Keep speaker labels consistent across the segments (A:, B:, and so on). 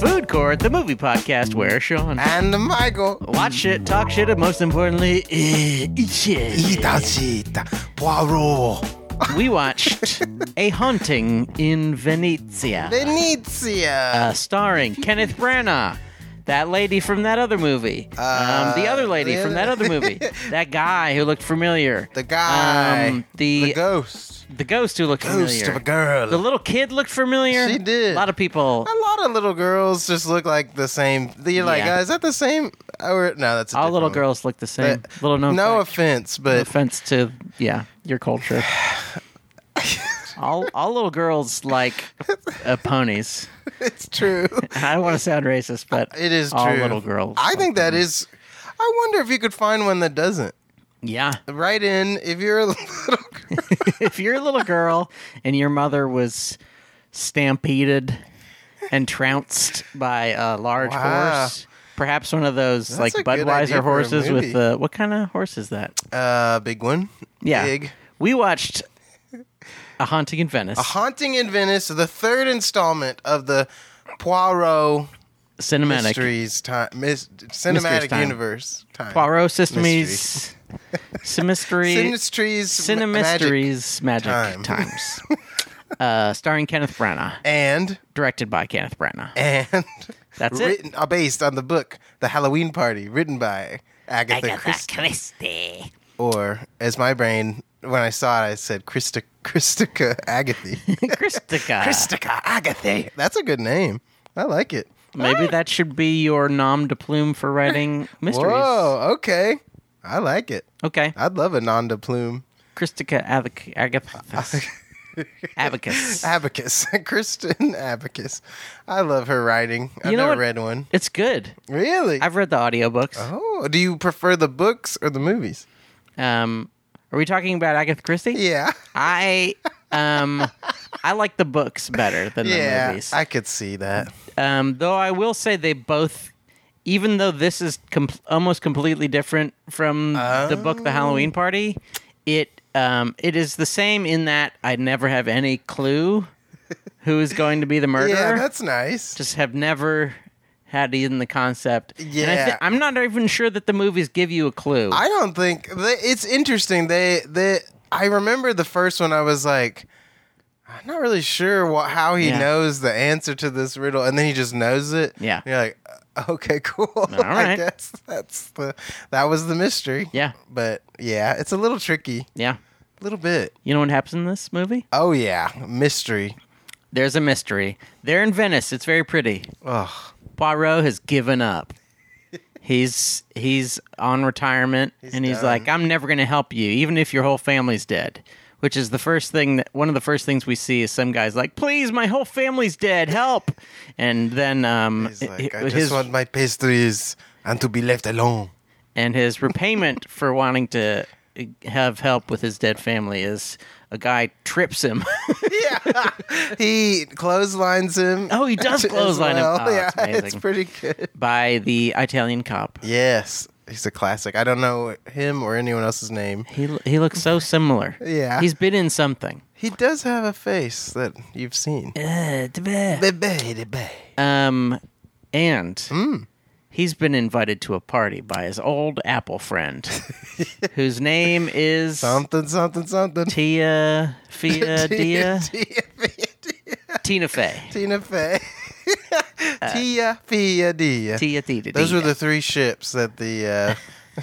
A: Good Court, the movie podcast where Sean
B: And Michael.
A: watch shit, talk shit, and most importantly, eh, eat shit.
B: Itachita. Poirot.
A: We watched A Haunting in Venezia,
B: Venezia.
A: uh, starring Kenneth Branagh. That lady from that other movie. um, the other lady
B: the
A: from that
B: other-
A: other movie. that guy who looked familiar. Um,
B: Uh, The guy.
A: the
B: the ghost.
A: the ghost who looked
B: Ghost
A: familiar.
B: of a girl.
A: The little kid looked familiar.
B: She did.
A: A lot of people.
B: a lot of little girls just look like the same. You're like,
A: Yeah.
B: uh, is that the same? Or, no, that's a
A: All
B: different
A: little
B: one.
A: girls look the same.
B: But-
A: little known
B: no
A: fact.
B: offense,
A: No
B: but
A: offense to yeah your culture. all all little girls like uh, ponies.
B: it's true.
A: I don't want to sound racist, but
B: It is
A: all
B: true.
A: little girls.
B: I
A: like
B: think that
A: ponies.
B: is. I wonder if you could find one that doesn't.
A: yeah.
B: Write in if you're a little girl.
A: if you're a little girl and your mother was stampeded and trounced by a large
B: Wow.
A: horse. Perhaps one of those
B: a
A: like
B: good idea for
A: Budweiser
B: a
A: horses
B: movie.
A: with the what kind of horse is that?
B: Uh, big one.
A: Yeah.
B: Big.
A: We watched A Haunting in Venice
B: Haunting in Venice, the third installment of the Poirot
A: cinematic.
B: Mysteries time, mis- cinematic
A: time.
B: universe time.
A: Poirot Systemies Symistry
B: Sinistries, Magic
A: Cinemisteries Magic,
B: Time.
A: Times. uh, starring Kenneth Branagh,
B: and
A: directed by Kenneth Branagh.
B: and
A: That's it.
B: written uh, based on the book The Halloween Party, written by Agatha, Christie,
A: Christie.
B: or as my brain when I saw it, I said Christa Christica Agathy,
A: Christica.
B: Christica Agathy. That's a good name. I like it.
A: Maybe that should be your nom de plume for writing mysteries.
B: Whoa, okay, I like it.
A: Okay.
B: I'd love a non de plume.
A: Christica Avac- Agathis. Abacus.
B: Abacus, Kristen Abacus. I love her writing. I've
A: You know
B: never
A: what-
B: read one.
A: It's good.
B: Really?
A: I've read the audiobooks.
B: oh, do you prefer the books or the movies?
A: Um, are we talking about Agatha Christie?
B: Yeah,
A: I um I like the books better than the
B: yeah,
A: movies.
B: I could see that.
A: um, though I will say they both, even though this is com- almost completely different from the book, The
B: Oh.
A: Halloween Party, it um it is the same in that I never have any clue who is going to be the murderer.
B: Yeah, that's nice.
A: Just have never. Had even the concept, and I
B: Yeah.
A: I'm not even sure that the movies give you a clue.
B: I don't think they, it's interesting. They they I remember the first one. I was like, I'm not really sure what how he
A: Yeah.
B: knows the answer to this riddle, and then he just knows it.
A: Yeah.
B: you're like, "Uh, okay, cool. I
A: right.
B: guess that's the that was the mystery.
A: Yeah.
B: but yeah, it's a little tricky,
A: yeah,
B: a little bit.
A: you know what happens in this movie?
B: Oh yeah, mystery.
A: There's a mystery. They're in Venice. It's very pretty.
B: Oh,
A: Poirot has given up. He's he's on retirement and he's
B: done.
A: like, I'm never gonna help you, even if your whole family's dead. Which is the first thing that one of the first things we see is some guy's like, Please, my whole family's dead, help and then um
B: he's
A: it-
B: like,
A: it-
B: I just
A: his,
B: want my pastries and to be left alone.
A: and his repayment for wanting to have help with his dead family is a guy trips him.
B: Yeah, he clotheslines him.
A: Oh, he does
B: as
A: clothesline him. Oh,
B: yeah,
A: that's amazing.
B: it's pretty good.
A: by the Italian cop.
B: Yes, he's a classic. I don't know him or anyone else's name.
A: He he looks so similar.
B: Yeah.
A: He's been in something.
B: He does have a face that you've seen. Eh, Bebe, bebe.
A: Um, and
B: Hmm.
A: he's been invited to a party by his old Apple friend, whose name is
B: Something, something, something.
A: Tia Fia Dia
B: Tia Fia-
A: Tina Fey.
B: Tina Fey. Tia Fia Uh, Dia.
A: Tia Tia.
B: Those were the three ships that the uh,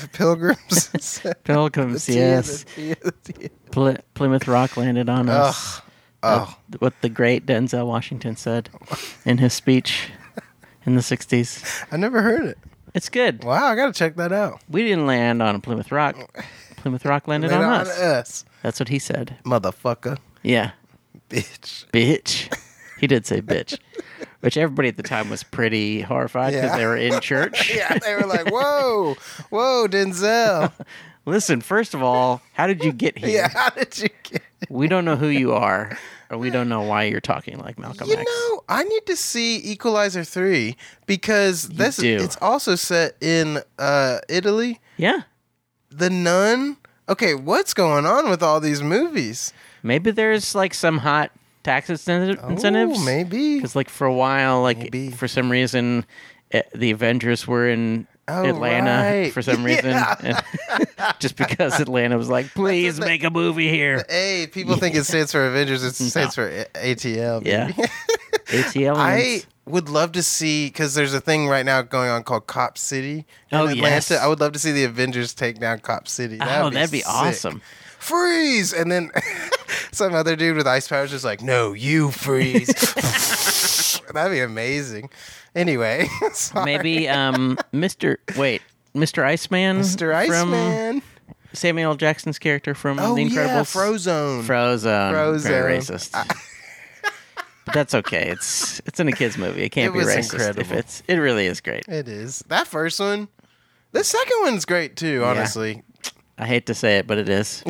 B: pilgrims sent.
A: pilgrims. Yes,
B: Tia, Tia, Tia.
A: Pl- Plymouth Rock landed on us.
B: Ugh. Oh,
A: What the great Denzel Washington said in his speech in the '60s.
B: I never heard it.
A: It's good.
B: Wow, I gotta check that out.
A: We didn't land on Plymouth Rock. Plymouth Rock landed on
B: They're on uh,
A: us.
B: us,
A: That's what he said.
B: motherfucker,
A: Yeah.
B: bitch.
A: bitch. He did say bitch, which everybody at the time was pretty horrified because
B: Yeah.
A: they were in church.
B: Yeah, they were like, "Whoa, whoa, Denzel."
A: Listen, first of all, how did you get here?
B: Yeah, how did you get?
A: We don't know who you are, or we don't know why you're talking like Malcolm
B: You
A: X.
B: know, I need to see Equalizer three because this
A: do.
B: it's also set in uh, Italy.
A: yeah.
B: The Nun. Okay, what's going on with all these movies?
A: Maybe there's like some hot tax incentive,
B: Oh,
A: incentives.
B: Ooh, maybe.
A: Because like for a while, like
B: Maybe.
A: for some reason, eh, the Avengers were in
B: Oh,
A: Atlanta
B: right.
A: for some reason, And just because Atlanta was like, please make a movie here.
B: Hey, people think it stands for Avengers. It stands for A- ATL.
A: Yeah,
B: baby.
A: ATL.
B: I would love to see because there's a thing right now going on called Cop City in
A: Oh,
B: Atlanta.
A: yes.
B: I would love to see the Avengers take down Cop City. That'd
A: oh, that'd be
B: sick.
A: awesome.
B: Freeze! And then some other dude with ice powers is like, "No, you freeze." that'd be amazing. Anyway, sorry.
A: Maybe um, Mr. Wait, Mr. Iceman,
B: Mr. Iceman.
A: from Samuel L. Jackson's character from
B: oh
A: The Incredibles,
B: yeah, Frozone.
A: Frozone, very
B: Frozone.
A: racist. but that's okay. It's it's in a kids movie. It can't
B: It
A: be
B: was
A: racist. If
B: incredible.
A: it's it really is great.
B: it is that first one. The second one's great too. Honestly,
A: I hate to say it, but it is.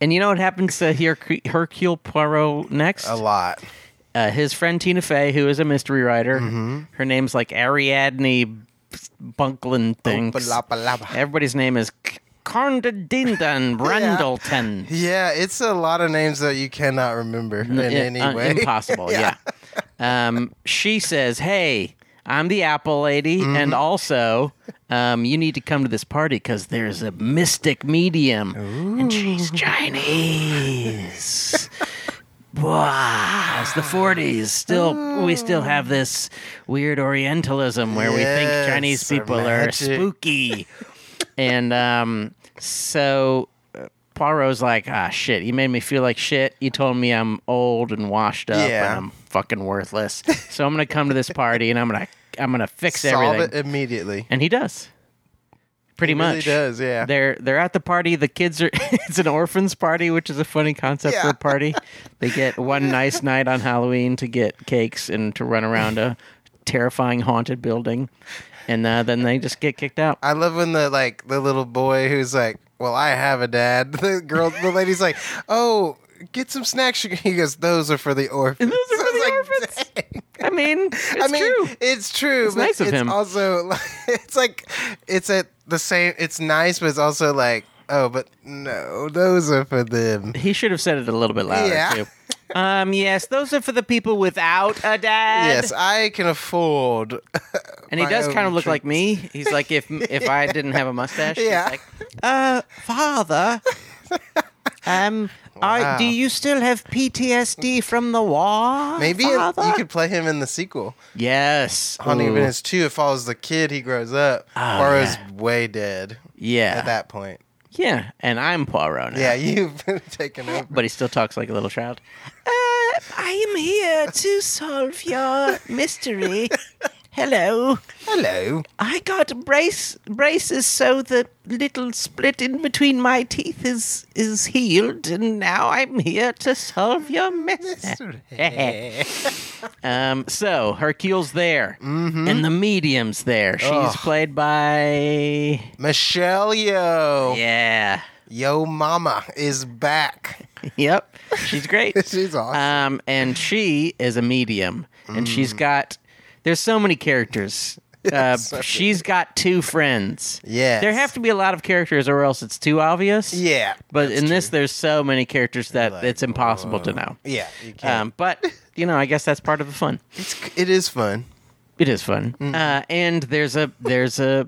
A: and you know what happens to Her- Hercule Poirot next?
B: a lot.
A: Uh, his friend Tina Fey, who is a mystery writer. Her name's like Ariadne Bunklin things.
B: Ba-la-ba-la-ba.
A: Everybody's name is C- Condadindan Brandleton.
B: Yeah, it's a lot of names that you cannot remember in
A: I-
B: any
A: uh,
B: way.
A: impossible. yeah. Um, she says, "Hey, I'm the Apple Lady,
B: Mm-hmm.
A: and also, um, you need to come to this party because there's a mystic medium, and she's Chinese." Wow, it's the '40s. Still, we still have this weird Orientalism where we
B: Yes,
A: think Chinese
B: our
A: people are
B: magic.
A: spooky, and um, so uh, Poirot's like, ah, shit. You made me feel like shit. You told me I'm old and washed up,
B: Yeah.
A: and I'm fucking worthless. so I'm gonna come to this party, and I'm gonna, I'm gonna fix
B: Solve
A: everything.
B: it immediately.
A: And he does, pretty
B: really
A: much.
B: does, yeah.
A: They're they're at the party. The kids are. it's an orphans party, which is a funny concept for
B: Yeah.
A: a party. They get one nice night on Halloween to get cakes and to run around a terrifying haunted building, and uh, then they just get kicked out.
B: I love when the like the little boy who's like, "Well, I have a dad." The girl, the lady's like, "Oh, get some snacks." He goes, "Those are for the orphans."
A: Those are for the
B: I was like,
A: orphans. I mean, it's
B: I mean,
A: true.
B: it's true. It's
A: nice of
B: it's
A: him.
B: Also, like, it's like it's at the same. It's nice, but it's also like, oh, but no, those are for them.
A: He should have said it a little bit louder
B: Yeah.
A: too. Um, yes, those are for the people without a dad.
B: Yes, I can afford.
A: and he
B: my
A: does kind of
B: own
A: look like
B: treats.
A: me. He's like, if if I didn't have a mustache,
B: Yeah.
A: he's like, uh, father, um, I, do
B: Wow.
A: you still have PTSD from the war?
B: Maybe it-
A: father?
B: you could play him in the sequel.
A: Yes,
B: Haunting
A: Ooh,
B: of Venice 2, it follows the kid, he grows up.
A: Oh,
B: Poirot's
A: yeah.
B: way dead
A: Yeah,
B: at that point.
A: yeah, and I'm Poirot now.
B: Yeah, you've been taken over.
A: but he still talks like a little child. Uh, I am here to solve your mystery. Hello.
B: Hello.
A: I got brace braces so the little split in between my teeth is is healed, and now I'm here to solve your mess. um, so Hercule's there, and the medium's there. She's
B: Mm-hmm. Ugh.
A: played by
B: Michelle Yo.
A: yeah,
B: Yo Mama is back.
A: yep, she's great.
B: She's awesome. Mm.
A: Um, and she is a medium, and she's got. There's so many characters. Uh,
B: so
A: she's got two friends.
B: Yes.
A: There have to be a lot of characters, or else it's too obvious.
B: yeah.
A: But
B: that's
A: in this, there's so many characters that
B: Like,
A: it's impossible to know.
B: true. Yeah, you can.
A: Um, but you know, I guess that's part of the fun.
B: it's, it is fun.
A: It is fun.
B: Mm.
A: Uh, and there's a there's a,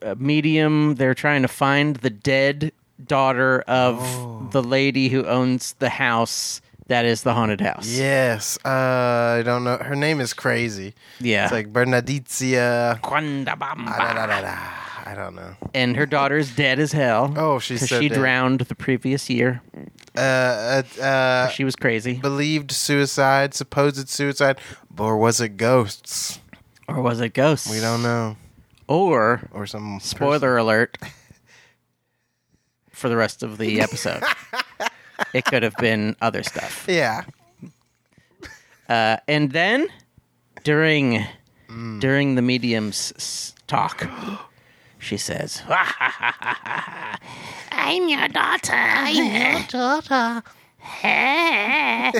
A: a medium. They're trying to find the dead daughter of
B: Oh.
A: the lady who owns the house that is the haunted house.
B: Yes. Uh, I don't know. Her name is crazy.
A: Yeah.
B: It's like Bernadizia.
A: Quandabamba.
B: Da, da, da, da. I don't know.
A: And her daughter is dead as hell.
B: Oh, she's
A: 'cause
B: so
A: she
B: dead.
A: drowned the previous year.
B: Uh, uh, uh,
A: She was crazy,
B: believed suicide, supposed suicide, or was it ghosts?
A: or was it ghosts?
B: We don't know.
A: Or
B: Or some person-
A: spoiler alert for the rest of the episode. it could have been other stuff.
B: Yeah.
A: Uh, and then during during the medium's s- talk, she says,
C: I'm your daughter. I'm your daughter.
A: and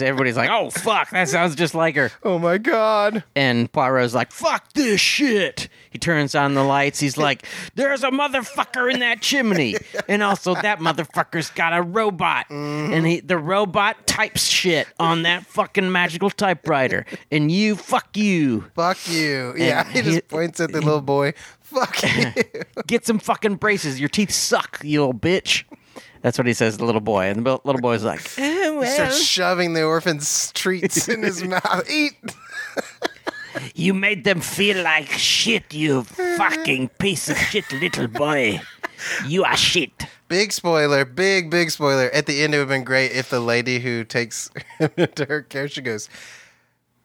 A: everybody's like, "Oh fuck, that sounds just like her."
B: Oh my god.
A: And Poirot's like, "Fuck this shit." He turns on the lights. He's like, "There's a motherfucker in that chimney, and also that motherfucker's got a robot, and he, the robot types shit on that fucking magical typewriter, and you fuck you."
B: Fuck you. Yeah, he,
A: he-
B: just points at the little boy. Fuck you.
A: Get some fucking braces. Your teeth suck, you little bitch. That's what he says to the little boy. And the bu- little boy's like, oh, well,
B: Starts shoving the orphan's treats in his mouth. Eat.
A: You made them feel like shit, you fucking piece of shit, little boy. You are shit.
B: Big spoiler, big, big spoiler. At the end, it would have been great if the lady who takes him into her care, she goes,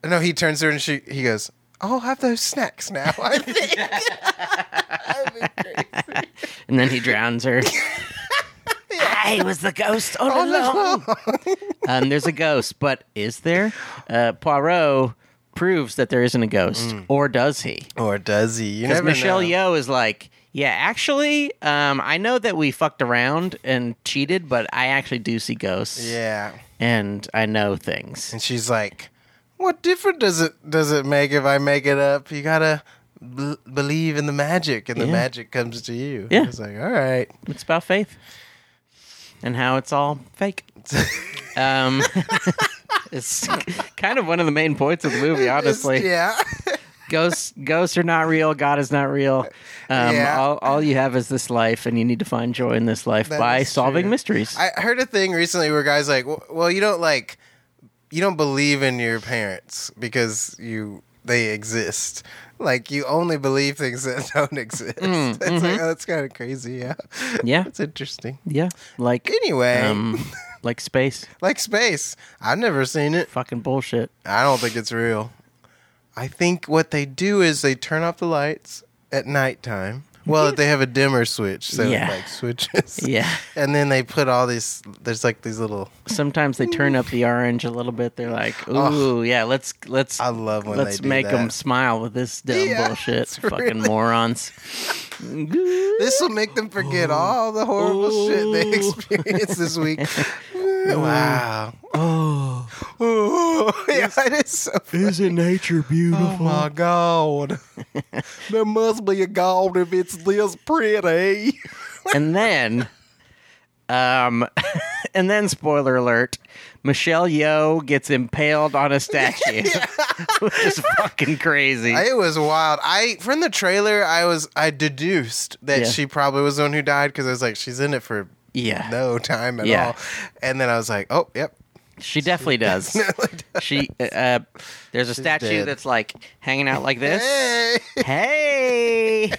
B: No, he turns to her and she, he goes, I'll have those snacks now. I think. That'd be great.
A: And then he drowns her. I was the ghost all,
B: Oh,
A: along. um, there's a ghost, but is there? Uh, Poirot proves that there isn't a ghost, or does he?
B: or does he? You
A: Because
B: Mm. never
A: Michelle
B: know.
A: Yeoh is like, yeah, actually, um, I know that we fucked around and cheated, but I actually do see ghosts,
B: Yeah.
A: and I know things.
B: And she's like, "What difference does it does it make if I make it up? You gotta b- believe in the magic, and the
A: Yeah.
B: magic comes to you."
A: Yeah.
B: It's like, all right,
A: It's about faith and how it's all fake. um, it's kind of one of the main points of the movie, honestly.
B: yeah,
A: Ghosts, ghosts are not real. God is not real. Um,
B: Yeah.
A: all, all you have is this life, and you need to find joy in this life
B: That
A: by
B: is
A: solving
B: true.
A: mysteries.
B: I heard a thing recently where guys like, "Well- "Well, you don't like, you don't believe in your parents because you they exist." Like you only believe things that don't exist.
A: Hmm,
B: it's
A: mm-hmm.
B: like, oh, that's kind of crazy. Yeah,
A: yeah,
B: it's interesting.
A: yeah. Like
B: Anyway,
A: um, like space.
B: like space, I've never seen it.
A: Fucking bullshit.
B: I don't think it's real. I think what they do is they turn off the lights at nighttime. Well, they have a dimmer switch, so
A: Yeah.
B: it like switches.
A: Yeah.
B: And then they put all these. There's like these little.
A: Sometimes they turn up the orange a little bit. They're like, "Ooh, yeah, let's let's
B: I love when
A: let's
B: they do
A: make them
B: that.
A: smile with this dumb
B: Yeah,
A: bullshit,
B: it's
A: fucking
B: really-
A: morons."
B: This will make them forget all the horrible shit they experienced this week. wow.
A: Oh,
B: Oh, yeah, it is so.
A: isn't nature
B: Oh
A: beautiful?
B: my god. there must be a god if it's this pretty.
A: and then, um, and then, spoiler alert: Michelle Yeoh gets impaled on a statue, which is fucking crazy.
B: It was wild. I from the trailer, I was I deduced that
A: Yeah.
B: she probably was the one who died because I was like, she's in it for
A: yeah,
B: no time at
A: Yeah.
B: all, and then I was like, oh, yep,
A: she definitely does. she, uh, there's a statue
B: dead.
A: that's like hanging out like this.
B: hey,
A: hey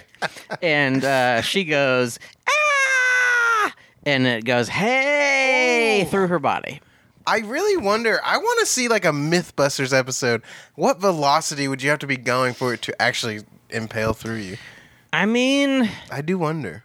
A: and uh, she goes ah and it goes hey
B: Oh.
A: through her body
B: I really wonder. I want to see like a MythBusters episode. What velocity would you have to be going for it to actually impale through you?
A: i mean
B: I do wonder.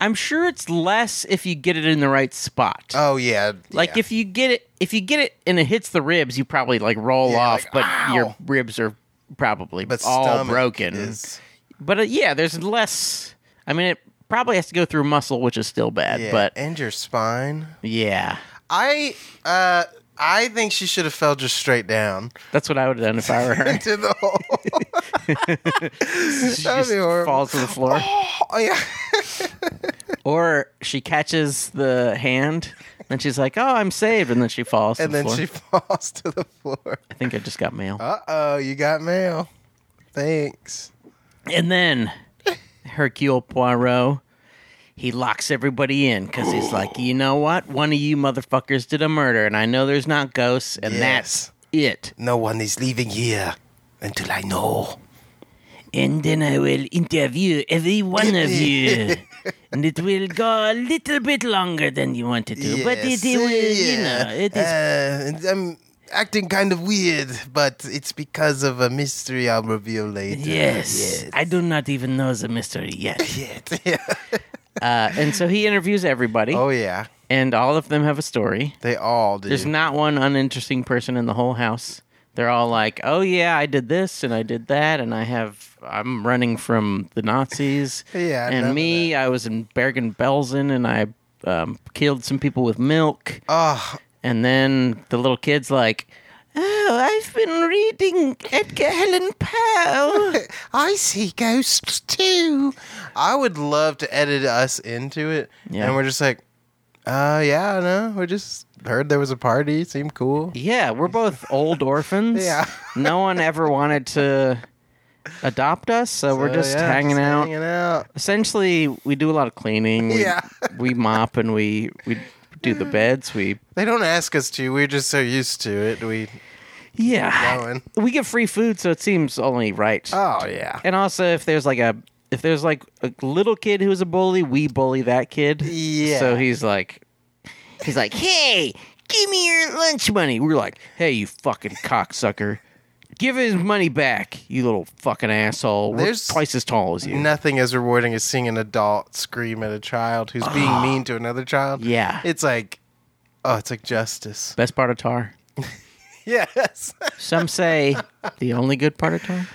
A: i'm sure it's less if you get it in the right spot
B: Oh yeah,
A: like
B: yeah.
A: if you get it if you get it and it hits the ribs you probably like roll
B: Yeah,
A: off
B: like,
A: but your
B: ow.
A: ribs are probably
B: But
A: all
B: stomach
A: broken
B: is-
A: but uh, yeah there's less i mean it probably has to go through muscle which is still bad
B: yeah,
A: but
B: and your spine.
A: yeah
B: I uh, I think she should have fell just straight down
A: that's what i would have done if i were her
B: into the hole.
A: she
B: That'd
A: just
B: be horrible.
A: falls to the floor
B: Oh yeah.
A: Or she catches the hand and she's like, "Oh, I'm saved," and then she falls. to
B: and
A: the
B: then
A: floor.
B: she falls to the floor.
A: I think I just got mail.
B: Uh oh, you got mail. Thanks.
A: and then Hercule Poirot, he locks everybody in because he's like, "You know what? One of you motherfuckers did a murder, and I know there's not ghosts, and
B: Yes.
A: that's it.
B: No one is leaving here until I know.
A: And then I will interview every one of you." And it will go a little bit longer than you want it to, but it, it will, you know, it is
B: Uh, I'm acting kind of weird, but it's because of a mystery I'll reveal later.
A: Yes. I do not even know the mystery yet.
B: Shit. Yeah.
A: uh, and so he interviews everybody,
B: Oh yeah,
A: and all of them have a story.
B: they all do.
A: There's not one uninteresting person in the whole house. They're all like, "Oh yeah, I did this and I did that, and I have I'm running from the Nazis."
B: Yeah, none
A: and
B: of
A: me, I was in Bergen-Belsen, and I um, killed some people with milk.
B: oh,
A: And then the little kid's like, "Oh, I've been reading Edgar Allan Poe."
B: I see ghosts too. I would love to edit us into it.
A: Yeah.
B: And we're just like, uh, yeah, I know. We just heard there was a party. Seemed cool.
A: yeah, we're both old orphans.
B: Yeah.
A: no one ever wanted to adopt us, so, we're
B: So,
A: just
B: yeah,
A: hanging out.
B: Hanging out.
A: Essentially, we do a lot of cleaning. We,
B: Yeah.
A: we mop and we we do the beds. We
B: They don't ask us to. We're just so used to it. We
A: yeah.
B: going.
A: We get free food, so it seems only right.
B: Oh yeah.
A: And also, if there's like a if there's like a little kid who's a bully, we bully that kid.
B: Yeah.
A: So he's like, he's like, hey, give me your lunch money. We're like, hey, you fucking cocksucker, give his money back, you little fucking asshole. We're
B: There's
A: twice as tall as you.
B: Nothing as rewarding as seeing an adult scream at a child who's being mean to another child.
A: Ah. Yeah.
B: It's like, oh, it's like justice.
A: Best part of Tar.
B: Yes.
A: Some say the only good part of Tar.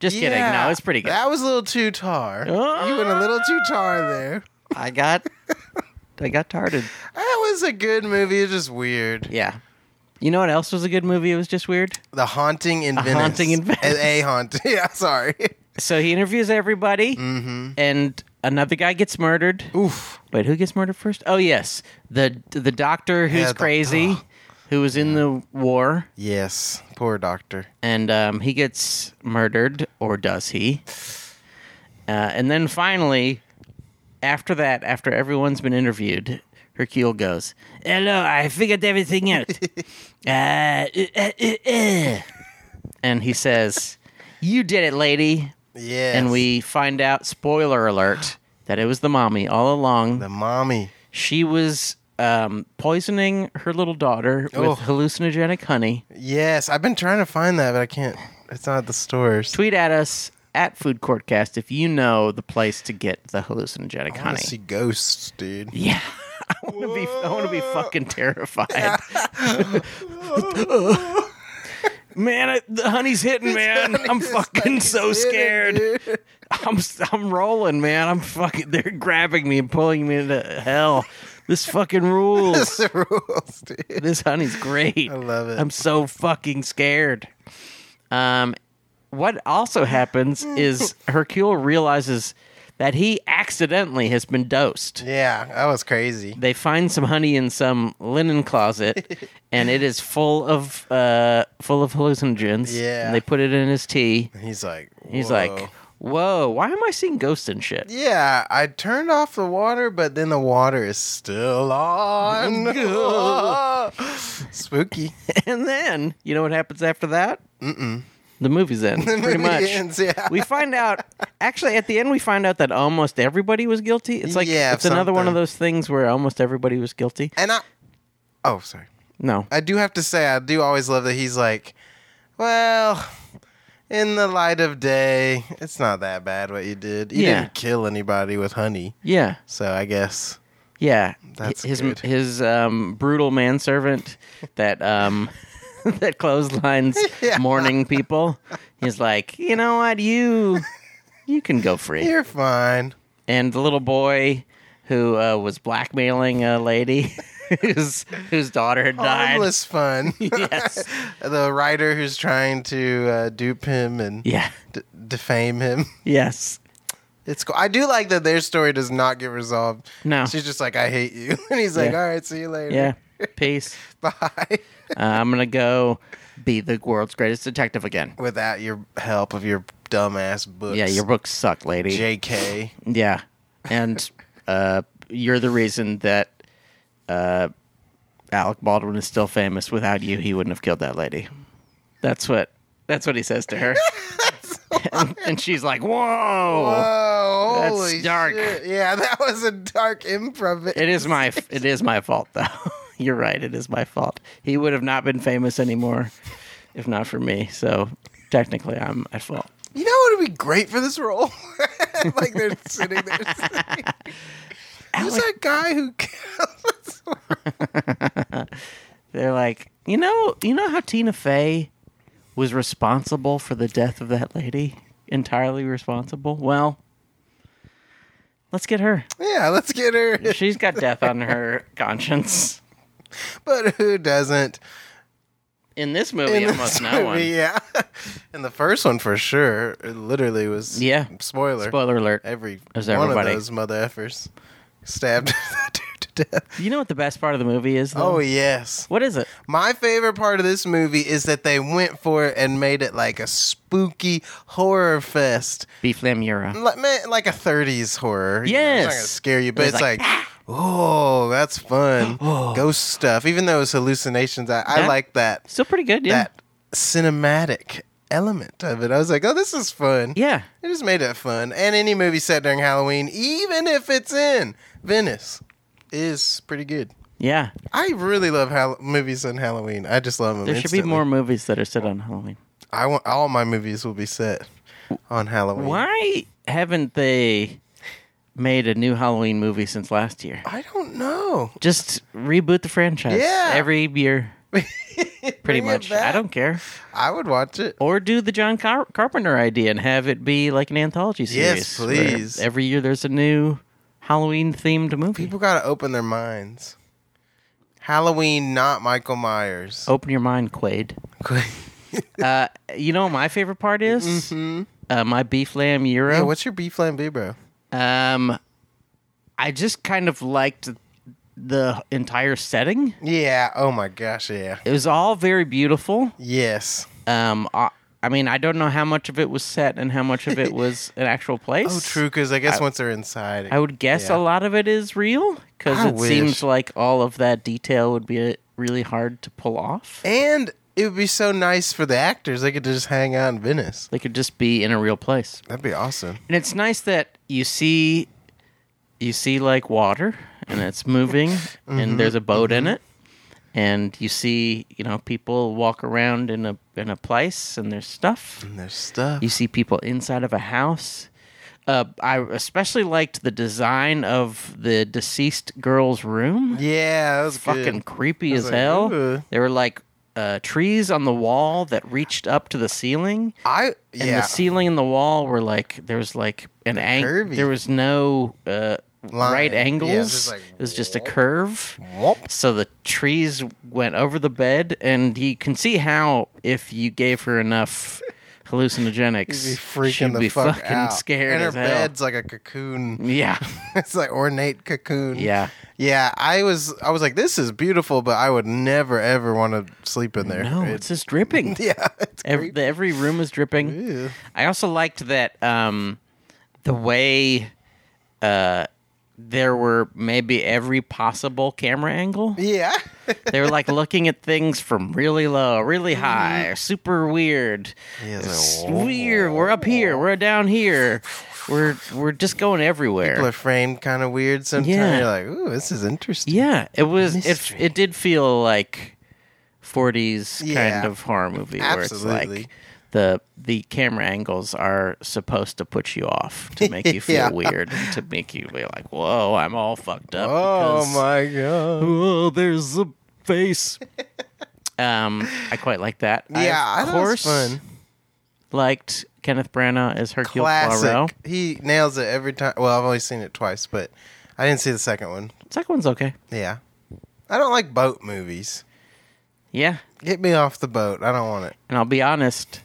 A: Just kidding. No, it's pretty good.
B: That was a little too tar.
A: Oh.
B: You went a little too tar there.
A: I got, I got tarded.
B: That was a good movie. It's just weird.
A: Yeah. You know what else was a good movie? It was just weird.
B: The haunting in Venice.
A: Haunting in Venice.
B: A, a haunt. Yeah, sorry.
A: So he interviews everybody, and another guy gets murdered.
B: Mm-hmm. Oof.
A: Wait, who gets murdered first? Oh yes, the the doctor who's
B: Yeah, the-
A: crazy,
B: ugh.
A: who was in the war,
B: Yes. Poor doctor.
A: and um, he gets murdered, or does he? Uh, and then finally, after that, after everyone's been interviewed, Hercule goes, "Hello, I figured everything out." uh, uh, uh, uh." And he says, "You did it, lady."
B: Yes.
A: and we find out spoiler alert that it was the mommy all along
B: The mommy.
A: she was um, poisoning her little daughter
B: Oh.
A: with hallucinogenic honey
B: Yes. I've been trying to find that, but I can't. It's not at the stores.
A: tweet at us at food courtcast if you know the place to get the hallucinogenic
B: I wanna
A: honey
B: see ghosts, dude.
A: yeah i want to be i want to be fucking terrified man I, the honey's hitting man i'm fucking so
B: Get it,
A: scared
B: dude.
A: I'm I'm rolling, man. I'm fucking. They're grabbing me and pulling me into hell. This fucking rules.
B: That's the rules, dude.
A: this honey's great. I
B: love it.
A: I'm so fucking scared. Um, what also happens is Hercule realizes that he accidentally has been dosed.
B: Yeah, that was crazy.
A: They find some honey in some linen closet, and it is full of uh, full of hallucinogens.
B: Yeah.
A: and they put it in his tea.
B: And he's like,
A: He's
B: "Whoa."
A: like, "Whoa, why am I seeing ghosts and shit?"
B: Yeah, I turned off the water, but then the water is still on. Spooky.
A: And then, you know what happens after that? Mm-mm. The movie's end, pretty
B: movie
A: much.
B: ends, yeah.
A: We find out, actually, at the end, we find out that almost everybody was guilty. It's like,
B: Yeah,
A: it's another one of
B: something.
A: those things where almost everybody was guilty.
B: And I, oh, sorry.
A: No.
B: I do have to say, I do always love that he's like, well, in the light of day, it's not that bad what you did. You
A: Yeah.
B: didn't kill anybody with honey,
A: Yeah.
B: so I guess.
A: Yeah.
B: That's
A: his
B: good.
A: his um, brutal manservant that um, that clotheslines
B: Yeah.
A: mourning people. He's like, you know what, you you can go free.
B: You're fine.
A: and the little boy who uh, was blackmailing a lady whose whose daughter had died.
B: Harmless fun.
A: Yes.
B: the writer who's trying to uh, dupe him and
A: Yeah.
B: d- defame him.
A: Yes.
B: It's cool. I do like that their story does not get resolved.
A: No.
B: She's just like, I hate you. And he's like,
A: Yeah.
B: all right, see you later.
A: Yeah. Peace.
B: Bye.
A: Uh, I'm gonna go be the world's greatest detective again.
B: Without your help of your dumbass books.
A: Yeah, your books suck, lady.
B: JK.
A: yeah, and uh, you're the reason that uh, Alec Baldwin is still famous. Without you, he wouldn't have killed that lady. That's what. That's what he says to her. and, and she's like, "Whoa."
B: Oh,
A: That's
B: holy
A: dark.
B: shit. Yeah, that was a dark improv.
A: It is my it is my fault though. You're right. It is my fault. He would have not been famous anymore if not for me. So technically, I'm at fault.
B: You know what would be great for this role? like they're sitting there. saying, Who's that guy who killed
A: They're like, you know, you know how Tina Fey was responsible for the death of that lady, entirely responsible. Well, let's get her.
B: Yeah, let's get her.
A: She's got death on her conscience.
B: but who doesn't?
A: In this movie,
B: In
A: almost
B: this
A: no one.
B: movie, Yeah. And the first one for sure. It literally was
A: Yeah.
B: Spoiler.
A: Spoiler alert.
B: Every
A: was
B: one of
A: everybody.
B: those mother effers stabbed that dude to death.
A: You know what the best part of the movie is? Though?
B: Oh yes.
A: what is it?
B: My favorite part of this movie is that they went for it and made it like a spooky horror fest.
A: Beef Lamura.
B: Like, man, like a 30s horror. you know, it's not
A: Yes.
B: going to scare you, but
A: was
B: it's
A: like,
B: like, oh, that's fun.
A: Oh.
B: Ghost stuff. Even though it's hallucinations, I, I
A: That-
B: like that
A: Still pretty good, yeah.
B: that cinematic element of it. I was like, oh, this is fun.
A: Yeah.
B: It just made it fun. And any movie set during Halloween, even if it's in Venice, is pretty good.
A: Yeah.
B: I really love Hall- movies on Halloween. I just love them.
A: There should be more movies that are set on Halloween.
B: I want all my movies will be set on Halloween.
A: Why haven't they made a new Halloween movie since last year?
B: I don't know.
A: Just reboot the franchise
B: Yeah.
A: every year, pretty
B: Bring it
A: much. I
B: back.
A: don't care.
B: I would watch it.
A: Or do the John Car- Carpenter idea and have it be like an anthology series.
B: Yes,
A: where
B: please.
A: Every year there's a new Halloween themed movie.
B: People got to open their minds. Halloween, not Michael Myers.
A: Open your mind, Quaid.
B: Okay.
A: Uh, you know what my favorite part is? Mm-hmm. Uh, my beef lamb euro.
B: yeah, what's your beef lamb bro?
A: Um, I just kind of liked the entire setting.
B: Yeah. Oh my gosh. Yeah.
A: It was all very beautiful.
B: Yes.
A: Um, I, I mean, I don't know how much of it was set and how much of it was an actual place.
B: Oh, true. Because I guess once they're inside, it-
A: I would guess
B: Yeah.
A: a lot of it is real because
B: I
A: it
B: wish.
A: seems like all of that detail would be uh, really hard to pull off.
B: And it would be so nice for the actors. They could just hang out in Venice.
A: They could just be in a real place.
B: That'd be awesome.
A: and it's nice that you see you see like water and it's moving
B: Mm-hmm.
A: and there's a boat in it and you see you know people walk around in a in a place and there's stuff
B: And there's stuff.
A: you see people inside of a house uh, I especially liked the design of the deceased girl's room.
B: Yeah, that was
A: Fucking
B: good.
A: creepy
B: was
A: as
B: like,
A: hell.
B: "Ooh."
A: There were like uh, trees on the wall that reached up to the ceiling
B: I
A: and
B: yeah.
A: the ceiling and the wall were like there was like an angle.
B: Curvy.
A: There was no uh,
B: Line.
A: right
B: Yeah, it
A: angles.
B: was just like,
A: it was just a curve.
B: Whoop.
A: So the trees went over the bed, and you can see how if you gave her enough hallucinogenics,
B: Be freaking
A: she'd
B: the
A: be
B: fuck
A: fucking
B: out.
A: scared
B: and her
A: as hell.
B: bed's like a cocoon.
A: Yeah,
B: it's like ornate cocoon.
A: yeah.
B: yeah. I was, I was like, this is beautiful, but I would never ever want to sleep in there.
A: No, it's just dripping.
B: yeah, it's
A: Every,
B: creepy.
A: the, every room is dripping.
B: Ew.
A: I also liked that um, the way uh, there were maybe every possible camera angle.
B: Yeah,
A: They were like looking at things from really low, really high, super weird.
B: Yeah, it's
A: It's
B: like, whoa.
A: weird. We're up here. We're down here. We're we're just going
B: people
A: everywhere.
B: are framed kind of weird sometimes.
A: Yeah.
B: You're like, ooh, this is interesting.
A: Yeah, it was. It
B: Mystery.
A: it did feel like 40s
B: Yeah.
A: kind of horror movie where it's
B: Absolutely.
A: like the the camera angles are supposed to put you off to make you feel
B: Yeah.
A: weird to make you be like, whoa, I'm all fucked up.
B: Oh
A: because-
B: my god.
A: Oh, there's a face. um, I quite like that.
B: Yeah,
A: I,
B: I
A: of
B: thought it was
A: course,
B: fun.
A: liked Kenneth Branagh as Hercule Poirot.
B: Classic. He nails it every time. Well, I've only seen it twice, but I didn't see the second one.
A: Second one's okay.
B: Yeah. I don't like boat movies.
A: Yeah,
B: Get me off the boat. I don't want it.
A: and I'll be honest,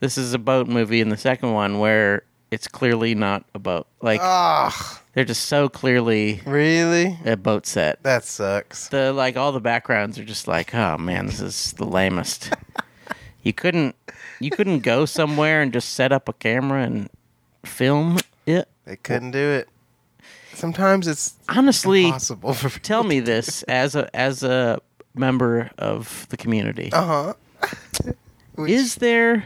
A: this is a boat movie in the second one where it's clearly not a boat. Like
B: Uh. Ugh.
A: they're just so clearly
B: Really?
A: a boat set.
B: That sucks.
A: The like all the backgrounds are just like, oh man, this is the lamest. you couldn't you couldn't go somewhere and just set up a camera and film it.
B: They couldn't do it. Sometimes it's
A: honestly
B: impossible for people.
A: tell me this as a as a member of the community
B: Uh huh.
A: is there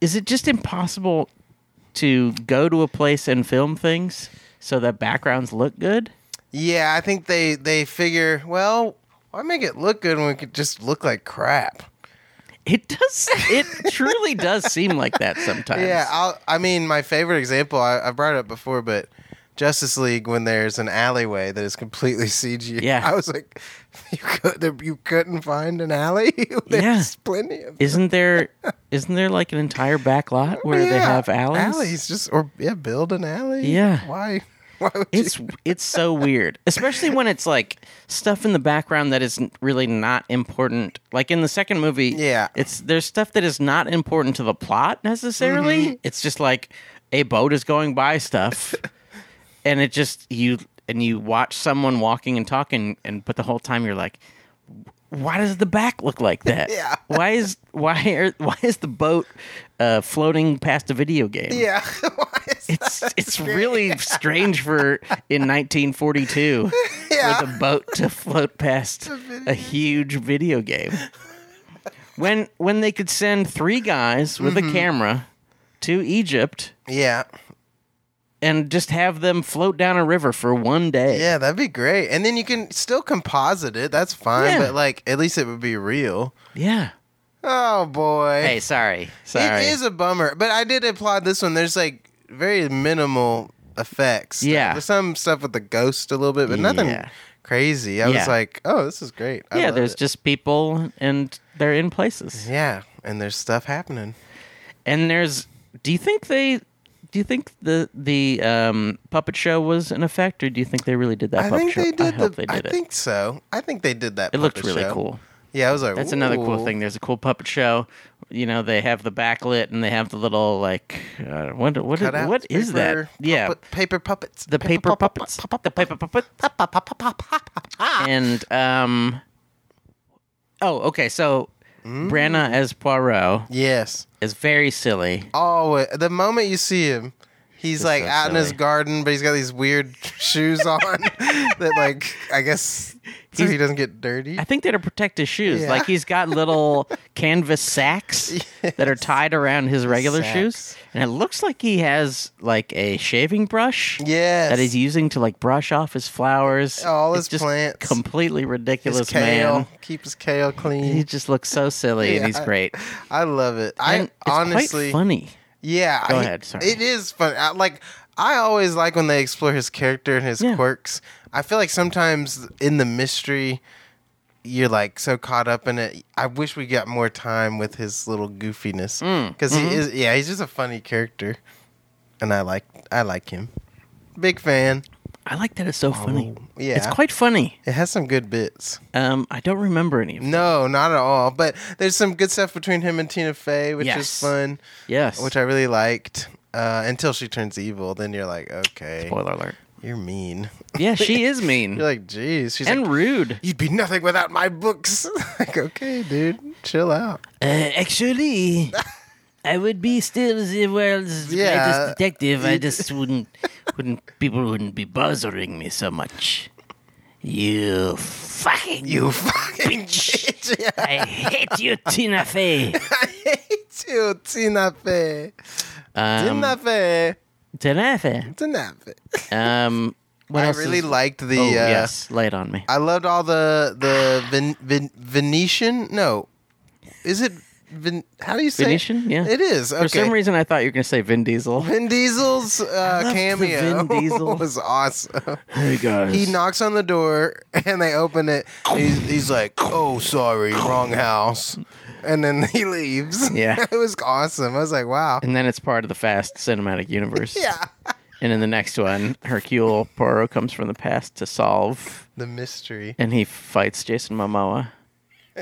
A: is it just impossible to go to a place and film things so that backgrounds look good
B: Yeah, I think they they figure. Well, why make it look good when we could just look like crap?
A: it does it truly does seem like that sometimes
B: Yeah, I'll, I mean, my favorite example I, I brought it up before, but Justice League when there's an alleyway that is completely CG.
A: Yeah.
B: I was like, you could there, you couldn't find an alley. there's
A: Yeah.
B: plenty of
A: isn't there isn't there like an entire back lot where they
B: Yeah,
A: have alleys
B: Alleys just or yeah, build an alley.
A: Yeah.
B: why? Why would you-
A: It's it's so weird, especially when it's like stuff in the background that is n- really not important. Like in the second movie,
B: Yeah.
A: it's there's stuff that is not important to the plot necessarily.
B: Mm-hmm.
A: It's just like a boat is going by stuff, and it just you and you watch someone walking and talking, and but the whole time you're like, why does the back look like that?
B: Yeah.
A: why is why are, why is the boat uh, floating past a video game?
B: yeah. Why is that?
A: It's it's really strange for in 1942 for the boat to float past a huge video game. When when they could send three guys with
B: Mm-hmm.
A: a camera to Egypt
B: Yeah.
A: and just have them float down a river for one day.
B: Yeah, that'd be great. And then you can still composite it. That's fine,
A: Yeah.
B: but like at least it would be real.
A: Yeah.
B: Oh boy.
A: Hey, sorry. Sorry.
B: It is a bummer, but I did applaud this one. There's like very minimal effects.
A: Yeah.
B: There's some stuff with the ghost a little bit, but nothing
A: Yeah.
B: crazy. I
A: Yeah.
B: was like, oh, this is great. I
A: yeah,
B: love
A: there's
B: it.
A: just people and they're in places.
B: yeah, and there's stuff happening.
A: And there's do you think they do you think the the um, puppet show was an effect, or do you think they really did that?
B: I
A: puppet
B: think
A: show?
B: they
A: I
B: did.
A: hope
B: the,
A: they
B: I
A: did it.
B: think so. I think they did that.
A: It looked
B: puppet
A: really
B: show.
A: cool.
B: Yeah, I was like,
A: That's another
B: "Ooh."
A: cool thing. There's a cool puppet show. You know, they have the backlit and they have the little like uh, what what is,
B: Cutouts,
A: what is that?
B: paper
A: yeah,
B: puppet- paper puppets.
A: the paper puppets, the paper puppet, and um. Oh, okay. So
B: Mm.
A: Branna as Poirot
B: Yes.
A: is very silly.
B: always the moment you see him he's like
A: so
B: out in his
A: silly.
B: garden but he's got these weird shoes on that like i guess so he
A: He's-
B: doesn't get dirty
A: I think they're to protect his shoes.
B: Yeah.
A: Like he's got little canvas sacks that are tied around his regular
B: Sacks.
A: shoes, and it looks like he has like a shaving brush
B: yes
A: that he's using to like brush off his flowers.
B: All
A: It's
B: his plants.
A: completely ridiculous,
B: his kale
A: man.
B: keep his kale
A: He
B: clean
A: just looks so silly, and he's
B: Yeah.
A: great.
B: i love it i
A: And it's
B: honestly
A: quite funny.
B: yeah
A: Go
B: I-
A: ahead, sorry.
B: it is fun I, like i always like when they explore his character and his
A: Yeah.
B: quirks i feel like sometimes in the mystery you're like so caught up in it. I wish we got more time with his little goofiness
A: Mm,
B: because
A: mm-hmm.
B: he is. Yeah, he's just a funny character, and I like I like him. Big fan.
A: I like that it's so funny.
B: Oh, yeah.
A: it's quite funny.
B: It has some good bits.
A: Um, I don't remember any. Of
B: No, not at all. But there's some good stuff between him and Tina Fey, which is
A: Yes.
B: fun,
A: Yes.
B: which I really liked. Uh, until she turns evil, then you're like, okay,
A: Spoiler alert.
B: you're mean.
A: Yeah, she is mean
B: You're like, geez. She's
A: Mm. and
B: like,
A: rude.
B: you'd be nothing without my books. like, okay, dude, chill out.
A: Uh, actually, I would be still the world's
B: Yeah.
A: greatest detective. I just wouldn't, wouldn't people wouldn't be bothering me so much. You fucking
B: You fucking bitch. Yeah,
A: I hate you, Tina Fey.
B: I hate you, Tina Fey.
A: Um,
B: Tina Fey.
A: Tina Fey.
B: Tina Fey.
A: Um, what
B: I
A: else
B: really
A: is-
B: liked the.
A: Oh,
B: uh,
A: yes, lay it on me.
B: I loved all the the Ven- Ven- Venetian. No, is it? Ven- how do you say? it?
A: Venetian? Yeah.
B: it is. Okay.
A: For some reason, I thought you were going to say Vin Diesel.
B: Vin Diesel's uh,
A: loved the
B: cameo
A: Vin Diesel.
B: was awesome.
A: Hey guys,
B: He knocks on the door and they open it. He's, he's like, "Oh, sorry, wrong house," and then he leaves.
A: Yeah.
B: it was awesome. I was like, "Wow."
A: and then it's part of the Fast cinematic universe.
B: Yeah,
A: And in the next one, Hercule Poirot comes from the past to solve,
B: the mystery.
A: and he fights Jason Momoa,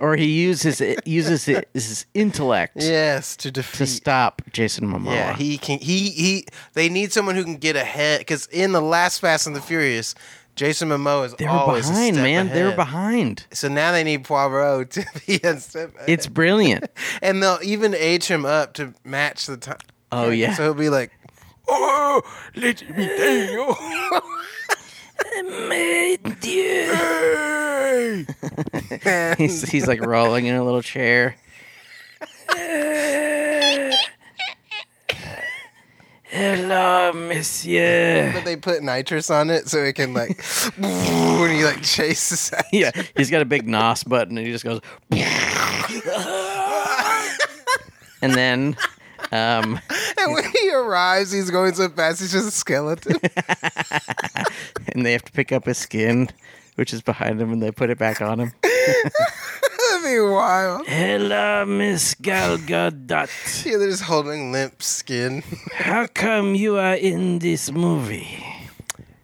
A: or he uses uses his, his intellect
B: Yes, to
A: to
B: defeat.
A: stop Jason Momoa.
B: Yeah, he can. He he. They need someone who can get ahead because in the last Fast and the Furious, Jason Momoa is
A: they were
B: always
A: behind,
B: a step
A: man. They were
B: ahead.
A: behind.
B: So now they need Poirot to be a step. ahead.
A: It's brilliant.
B: and they'll even age him up to match the time.
A: Oh, yeah.
B: So he'll be like, "Oh, let me tell you." Hey!
A: he's, he's like rolling in a little chair. Hello, monsieur.
B: But they put nitrous on it so it can like when he like chases. at-
A: Yeah, he's got a big NOS button and he just goes. and then, um,
B: And when he arrives, he's going so fast. He's just a skeleton.
A: and they have to pick up his skin, which is behind him, and they put it back on him.
B: That'd be wild.
A: Hello, Miss Gal Gadot.
B: Yeah, they're just holding limp skin.
A: How come you are in this movie?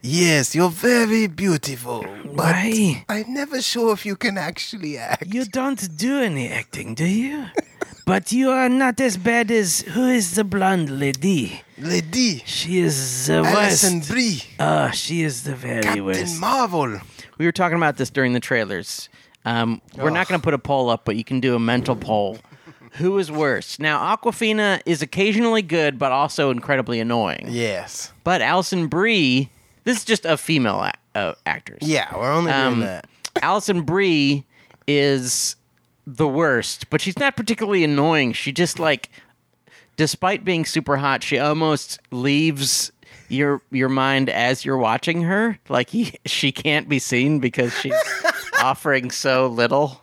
B: Yes, you're very beautiful. But
A: Why?
B: I'm never sure if you can actually act.
A: You don't do any acting, do you? but you are not as bad as who is the blonde lady?
B: Lady,
A: She is the
B: Alison
A: worst.
B: Brie,
A: Ah, she is the very
B: Captain
A: worst.
B: Marvel.
A: we were talking about this during the trailers. Um, we're not
B: Ugh.
A: going to put a poll up, but you can do a mental poll. Who is worse? Now, Aquafina is occasionally good, but also incredibly annoying.
B: Yes.
A: But Alison Brie, this is just a female a- uh, actress.
B: Yeah, we're only
A: Um,
B: doing that.
A: Alison Brie is the worst, but she's not particularly annoying. She just like, despite being super hot, she almost leaves your your mind as you're watching her. Like he, she can't be seen because she's offering so little.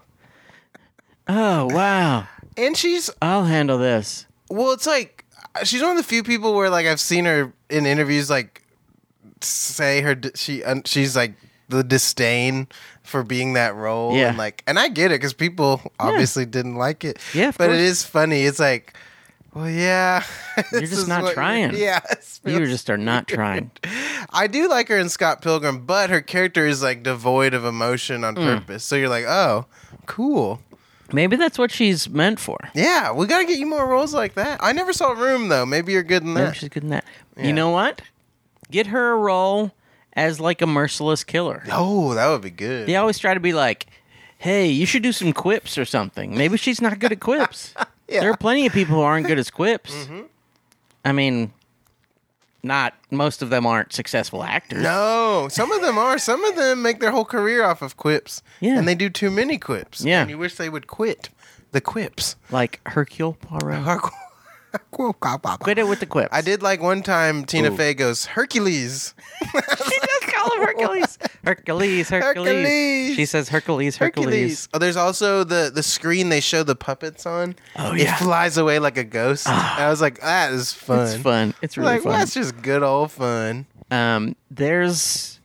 A: Oh wow!
B: And she's
A: I'll handle this.
B: well, it's like she's one of the few people where like I've seen her in interviews like say her di- she un, she's like the disdain for being that role
A: Yeah.
B: and like and I get it because people obviously didn't like it.
A: Yeah, of
B: but it
A: course.
B: is funny. It's like, well, yeah, you're
A: just not trying.
B: Yeah, it's-
A: You just are not trying.
B: I do like her in Scott Pilgrim, but her character is like devoid of emotion on
A: Mm.
B: purpose. So you're like, oh, cool.
A: Maybe that's what she's meant for.
B: Yeah, we gotta get you more roles like that. I never saw Room though. Maybe you're good in
A: Maybe
B: that.
A: she's good in that. You know what? Get her a role as like a merciless killer.
B: Oh, that would be good.
A: They always try to be like, "Hey, you should do some quips or something." Maybe she's not good at quips.
B: Yeah. Mm-hmm.
A: There are plenty of people who aren't good at quips. I mean, not most of them aren't successful actors.
B: No, some of them are. Some of them make their whole career off of quips.
A: Yeah.
B: And they do too many quips.
A: Yeah.
B: And you wish they would quit the quips.
A: Like Hercule Poirot. Quit it with the quips.
B: I did like one time Tina Fey goes, Hercules.
A: She does call him Hercules. Hercules, Hercules.
B: Hercules.
A: She says Hercules, Hercules.
B: Hercules. Oh, there's also the, the screen they show the puppets on.
A: Oh,
B: It
A: yeah. Ah.
B: flies away like a ghost. I was like, that is fun.
A: It's fun. It's really
B: like,
A: fun.
B: well, that's just good old fun.
A: Um, there's.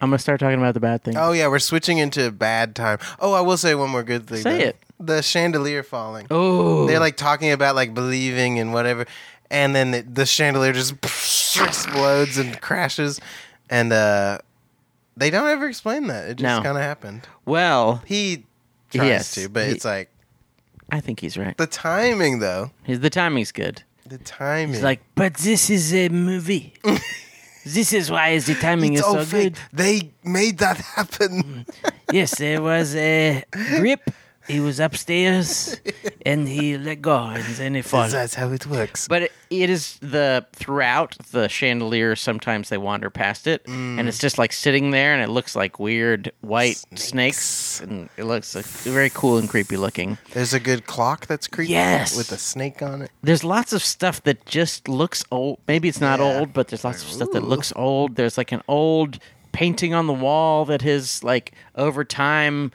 A: I'm gonna start talking about the bad things.
B: Oh, yeah, we're switching into bad time. Oh, I will say one more good thing.
A: Say
B: though.
A: it.
B: The chandelier falling.
A: Oh,
B: They're like talking about like believing and whatever, and then the, the chandelier just explodes and crashes, and uh, they don't ever explain that. It just
A: No.
B: kind of happened.
A: well,
B: He tries
A: Yes,
B: to, but
A: he-
B: it's like
A: I think he's right.
B: the timing though.
A: His the timing's good.
B: The timing.
A: It's like, but this is a movie. this is why is the timing
B: It's
A: is
B: all
A: so
B: fake.
A: good.
B: They made that happen.
A: Yes, there was a grip. He was upstairs, and he let go, and then he falls.
B: That's how it works.
A: But it, it is the throughout the chandelier. Sometimes they wander past it, and
B: Mm.
A: it's just like sitting there, and it looks like weird white snakes, and it looks like, very cool and creepy looking.
B: There's a good clock that's creepy.
A: Yes.
B: With a snake on it.
A: there's lots of stuff that just looks old. Maybe it's not
B: Yeah.
A: old, but there's lots of stuff that looks old. There's like an old painting on the wall that has like over time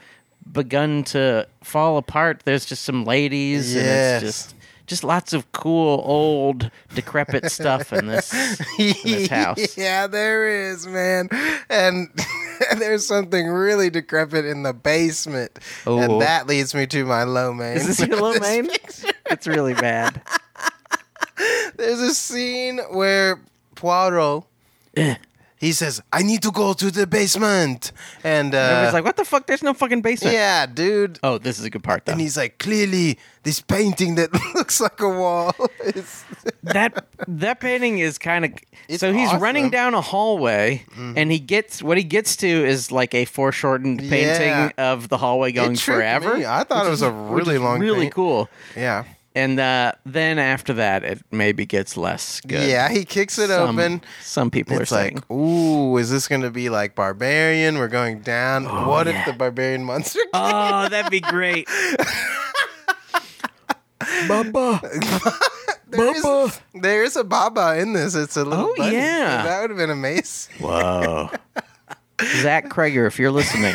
A: begun to fall apart. There's just some ladies
B: Yes.
A: and it's just just lots of cool old decrepit stuff in this in this house.
B: yeah, there is, man. And there's something really decrepit in the basement.
A: Oh.
B: And that leads me to my low main.
A: Is this your little main? It's really bad.
B: There's a scene where Poirot
A: Eh.
B: he says, I need to go to the basement. And uh,
A: Everyone's like, what the fuck? There's no fucking basement.
B: Yeah, dude.
A: Oh, this is a good part though.
B: And he's like, clearly, this painting that looks like a wall is.
A: that that painting is kind of
B: It's
A: so he's
B: awesome. Mm-hmm.
A: running down a hallway and he gets what he gets to is like a foreshortened
B: Yeah.
A: painting of the hallway going
B: tricked
A: forever.
B: me. I thought
A: which
B: it
A: is-
B: was a
A: which is
B: really long
A: really
B: paint.
A: cool.
B: Yeah.
A: And uh, then after that, it maybe gets less good.
B: Yeah, he kicks it
A: some,
B: open.
A: Some people
B: It's
A: are saying,
B: like, ooh, is this going to be like barbarian? We're going down. what
A: Oh, yeah.
B: if the barbarian monster?
A: "Oh, that'd be great." Bubba,
B: There is, there is a Baba in this. It's a little.
A: Oh,
B: bunny.
A: yeah.
B: that would have been amazing.
A: Whoa, Zach Krager, if you're listening,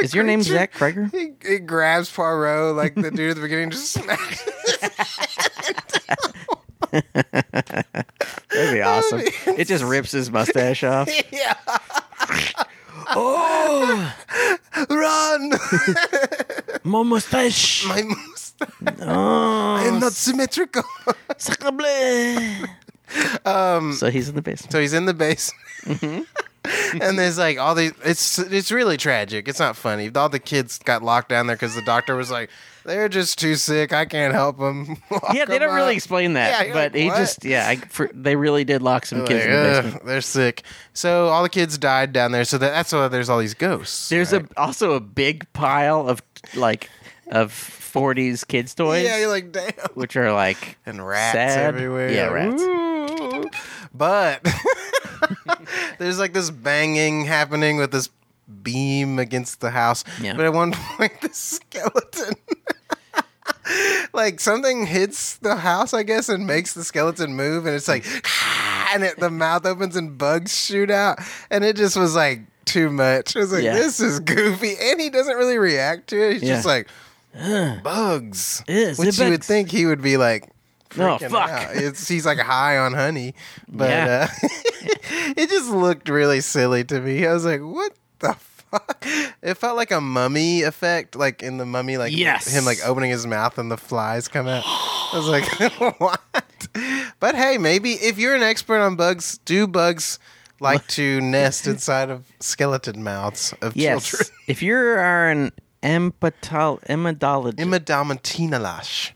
A: is your name
B: creature-
A: Zach Krager?
B: He, he grabs Poirot like the dude at the beginning, just smacks. his
A: That'd be awesome.
B: be
A: It just rips his mustache off.
B: head. yeah,
A: Oh,
B: run!
A: my mustache.
B: My mustache.
A: oh,
B: I'm not symmetrical.
A: sacrebleu.
B: um,
A: So he's in the basement.
B: so he's in the basement.
A: Mm-hmm.
B: and there's like all these. It's it's really tragic. It's not funny. All the kids got locked down there because the doctor was like, "They're just too sick. I can't help them."
A: yeah, they don't really explain
B: Yeah,
A: that,
B: you're
A: but
B: like,
A: he
B: "What?"
A: just yeah, I, for, they really did lock some kids in the
B: Like,
A: basement.
B: "Ugh, they're sick. So all the kids died down there. So that, that's why there's all these ghosts.
A: There's a also a big pile of like of 40s kids toys,
B: yeah, you're like damn.
A: which are like
B: and rats
A: sad.
B: everywhere.
A: Yeah,
B: Like,
A: rats.
B: "Ooh." But there's like this banging happening with this beam against the house.
A: Yeah.
B: But at one point, the skeleton. Like something hits the house, I guess, and makes the skeleton move, and it's like, and it, the mouth opens and bugs shoot out, and it just was like too much. I was like,
A: Yeah.
B: this is goofy, and he doesn't really react to it. He's just
A: Yeah.
B: like, bugs,
A: Yes,
B: which
A: the
B: you would
A: bugs.
B: think he would be like,
A: Oh,
B: freaking
A: fuck.
B: out. It's, he's like high on honey, but
A: Yeah.
B: uh, it just looked really silly to me. I was like, what the fuck? It felt like a mummy effect, like in the mummy, like
A: Yes.
B: him like opening his mouth and the flies come out. I was like, what? But hey, maybe if you're an expert on bugs, do bugs like to nest inside of skeleton mouths of
A: Yes,
B: children?
A: if you are an empathol- emetologist,
B: Imadamantinalash.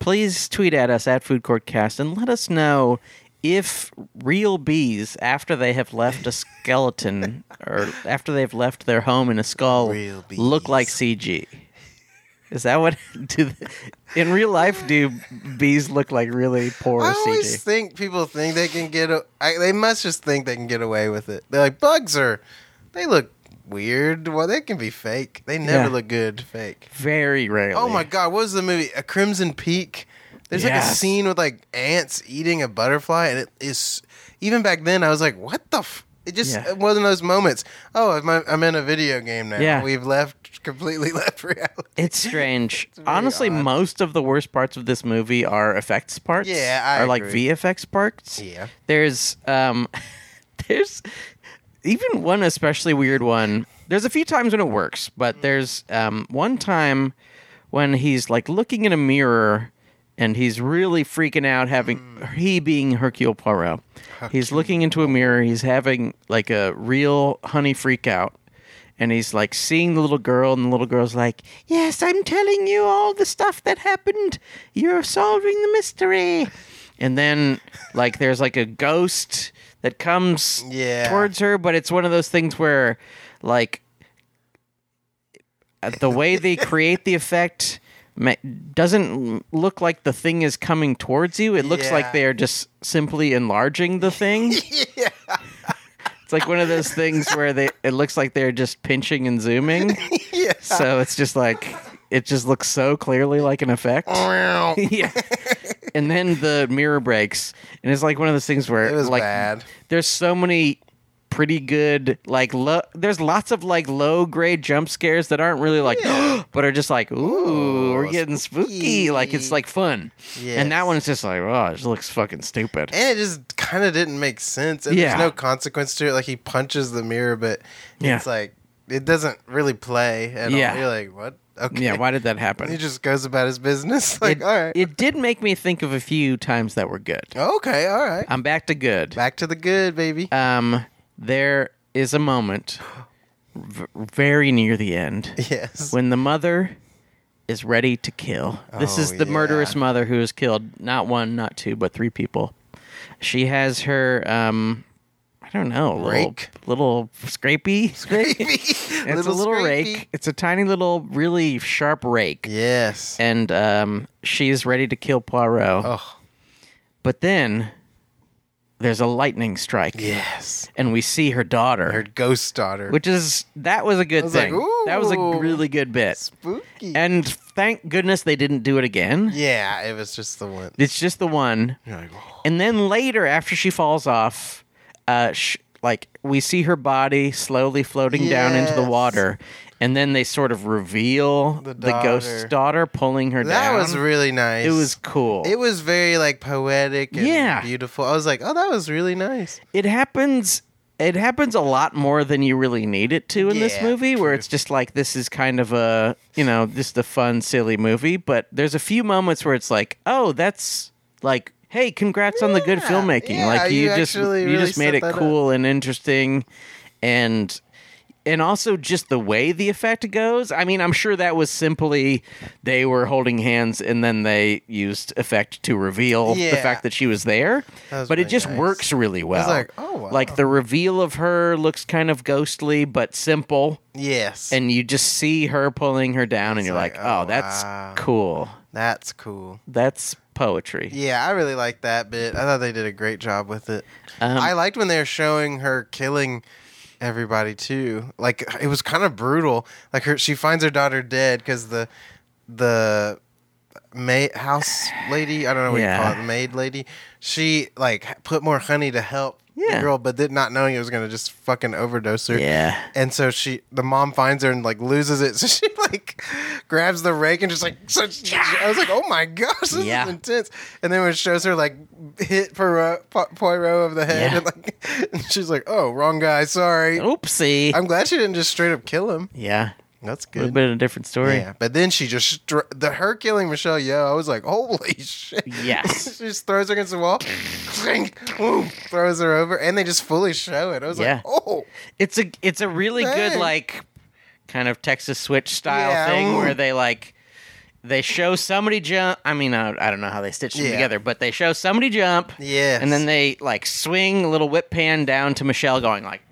A: please tweet at us at Food Court Cast and let us know if real bees, after they have left a skeleton or after they've left their home in a skull,
B: Real
A: look like
B: bees.
A: CG. Is that what do they- in real life do bees look like really poor
B: I always
A: CG?
B: think people think they can get. A, I, they must just think they can get away with it. They're like bugs are. They look weird. Well, they can be fake. They never
A: Yeah.
B: look good fake.
A: Very rarely.
B: Oh my god, what was the movie? A Crimson Peak. There's like a
A: Yes.
B: scene with like ants eating a butterfly, and it is even back then. I was like, what the. F-? It just
A: Yeah.
B: it wasn't those moments. Oh, I'm, I'm in a video game now.
A: Yeah.
B: We've left completely left reality.
A: It's strange. Honestly,
B: odd.
A: most of the worst parts of this movie are effects parts.
B: Yeah, I
A: are like
B: agree.
A: VFX parts.
B: Yeah.
A: There's um there's even one especially weird one. There's a few times when it works, but there's um one time when he's like looking in a mirror and he's really freaking out having he being Hercule Poirot. He's looking into a mirror, he's having like a real honey freak out and he's like seeing the little girl and the little girl's like yes i'm telling you all the stuff that happened you're solving the mystery and then like there's like a ghost that comes
B: Yeah.
A: towards her but it's one of those things where like uh, the way they create the effect ma- doesn't look like the thing is coming towards you it looks
B: Yeah.
A: like they are just simply enlarging the thing it's like one of those things where they it looks like they're just pinching and zooming.
B: Yes.
A: So it's just like it just looks so clearly like an effect.
B: Oh.
A: yeah. And then the mirror breaks and it's like one of those things where
B: It was
A: like
B: bad.
A: there's so many pretty good like lo- there's lots of like low grade jump scares that aren't really like but are just like
B: Oh,
A: ooh we're getting spooky. like it's like fun and that
B: Yes.
A: one is just like oh it just looks fucking stupid
B: and it just kind of didn't make sense. And
A: Yeah.
B: There's no consequence to it. Like he punches the mirror, but
A: Yeah.
B: it's like it doesn't really play. And
A: Yeah.
B: you're like, what? Okay.
A: yeah why did that happen
B: He just goes about his business. Like,
A: it,
B: all right,
A: it did make me think of a few times that were good.
B: okay, all right.
A: I'm back to good.
B: Back to the good, baby.
A: Um, there is a moment v- very near the end
B: yes.
A: when the mother is ready to kill. This
B: Oh,
A: is the
B: yeah.
A: murderous mother who has killed not one, not two, but three people. She has her um, I don't know, little
B: Rake?
A: little scrapey.
B: Baby.
A: It's a little
B: scrapey.
A: rake. It's a tiny little, really sharp rake,
B: Yes.
A: and um, she's ready to kill Poirot.
B: oh,
A: But then there's a lightning strike,
B: yes.
A: and we see her daughter,
B: Her ghost daughter.
A: which is that was a good
B: was like,
A: thing. that was a
B: "Ooh."
A: really good bit.
B: spooky.
A: And thank goodness they didn't do it again.
B: yeah, it was just the one.
A: It's just the one.
B: You're like, oh.
A: And then later, after she falls off, uh, sh- like we see her body slowly floating down into the
B: Yes.
A: water, and then they sort of reveal the, ghost's
B: daughter.
A: daughter pulling her
B: That
A: down.
B: was really nice.
A: it was cool.
B: It was very like poetic and
A: Yeah.
B: beautiful. I was like, oh, that was really nice.
A: it happens it happens a lot more than you really need it to in this
B: Yeah,
A: movie where
B: true.
A: it's just like this is kind of a you know just a fun silly movie but there's a few moments where it's like oh that's like hey congrats on the good
B: Yeah,
A: filmmaking
B: yeah,
A: like you,
B: you
A: just you
B: actually really
A: just made
B: set
A: it
B: that up.
A: cool and interesting and and also just the way the effect goes. I mean, I'm sure that was simply they were holding hands and then they used effect to reveal the
B: Yeah.
A: fact that she was there.
B: That was
A: but it
B: really
A: just
B: nice.
A: works really well.
B: like, oh, wow.
A: Like the reveal of her looks kind of ghostly but simple
B: Yes.
A: and you just see her pulling her down and you're like,
B: like,
A: "Oh,
B: oh,
A: that's
B: wow."
A: cool.
B: That's cool.
A: That's poetry."
B: Yeah, I really like that bit. I thought they did a great job with it.
A: Um,
B: I liked when they were showing her killing everybody too. Like it was kind of brutal. Like her, she finds her daughter dead because the the maid house lady. I don't know what
A: Yeah.
B: you call it, the maid lady. She like put more honey to help
A: Yeah.
B: the girl, but did not knowing it was gonna just fucking overdose her.
A: Yeah.
B: And so she, the mom finds her and like loses it. So she like grabs the rake and just like, such, I was like, oh my gosh, this
A: Yeah.
B: is intense. And then when it shows her like hit Poirot, Po- Poirot of the head,
A: Yeah. Oh.
B: and like, and she's like, oh, wrong guy, sorry.
A: Oopsie.
B: I'm glad she didn't just straight up kill him.
A: yeah.
B: That's
A: A little
B: good.
A: bit of a different story.
B: Yeah, but then she just str- the her killing Michelle Yeoh. I was like, holy shit!
A: Yes.
B: she just throws her against the wall, clink, boom, throws her over, and they just fully show it. I was
A: Yeah.
B: like, oh,
A: It's a it's a really good
B: Dang.
A: like kind of Texas Switch style
B: Yeah,
A: thing
B: ooh.
A: where they like they show somebody jump. I mean, I, I don't know how they stitch them
B: Yeah.
A: together, but they show somebody jump,
B: yes.
A: and then they like swing a little whip pan down to Michelle going like,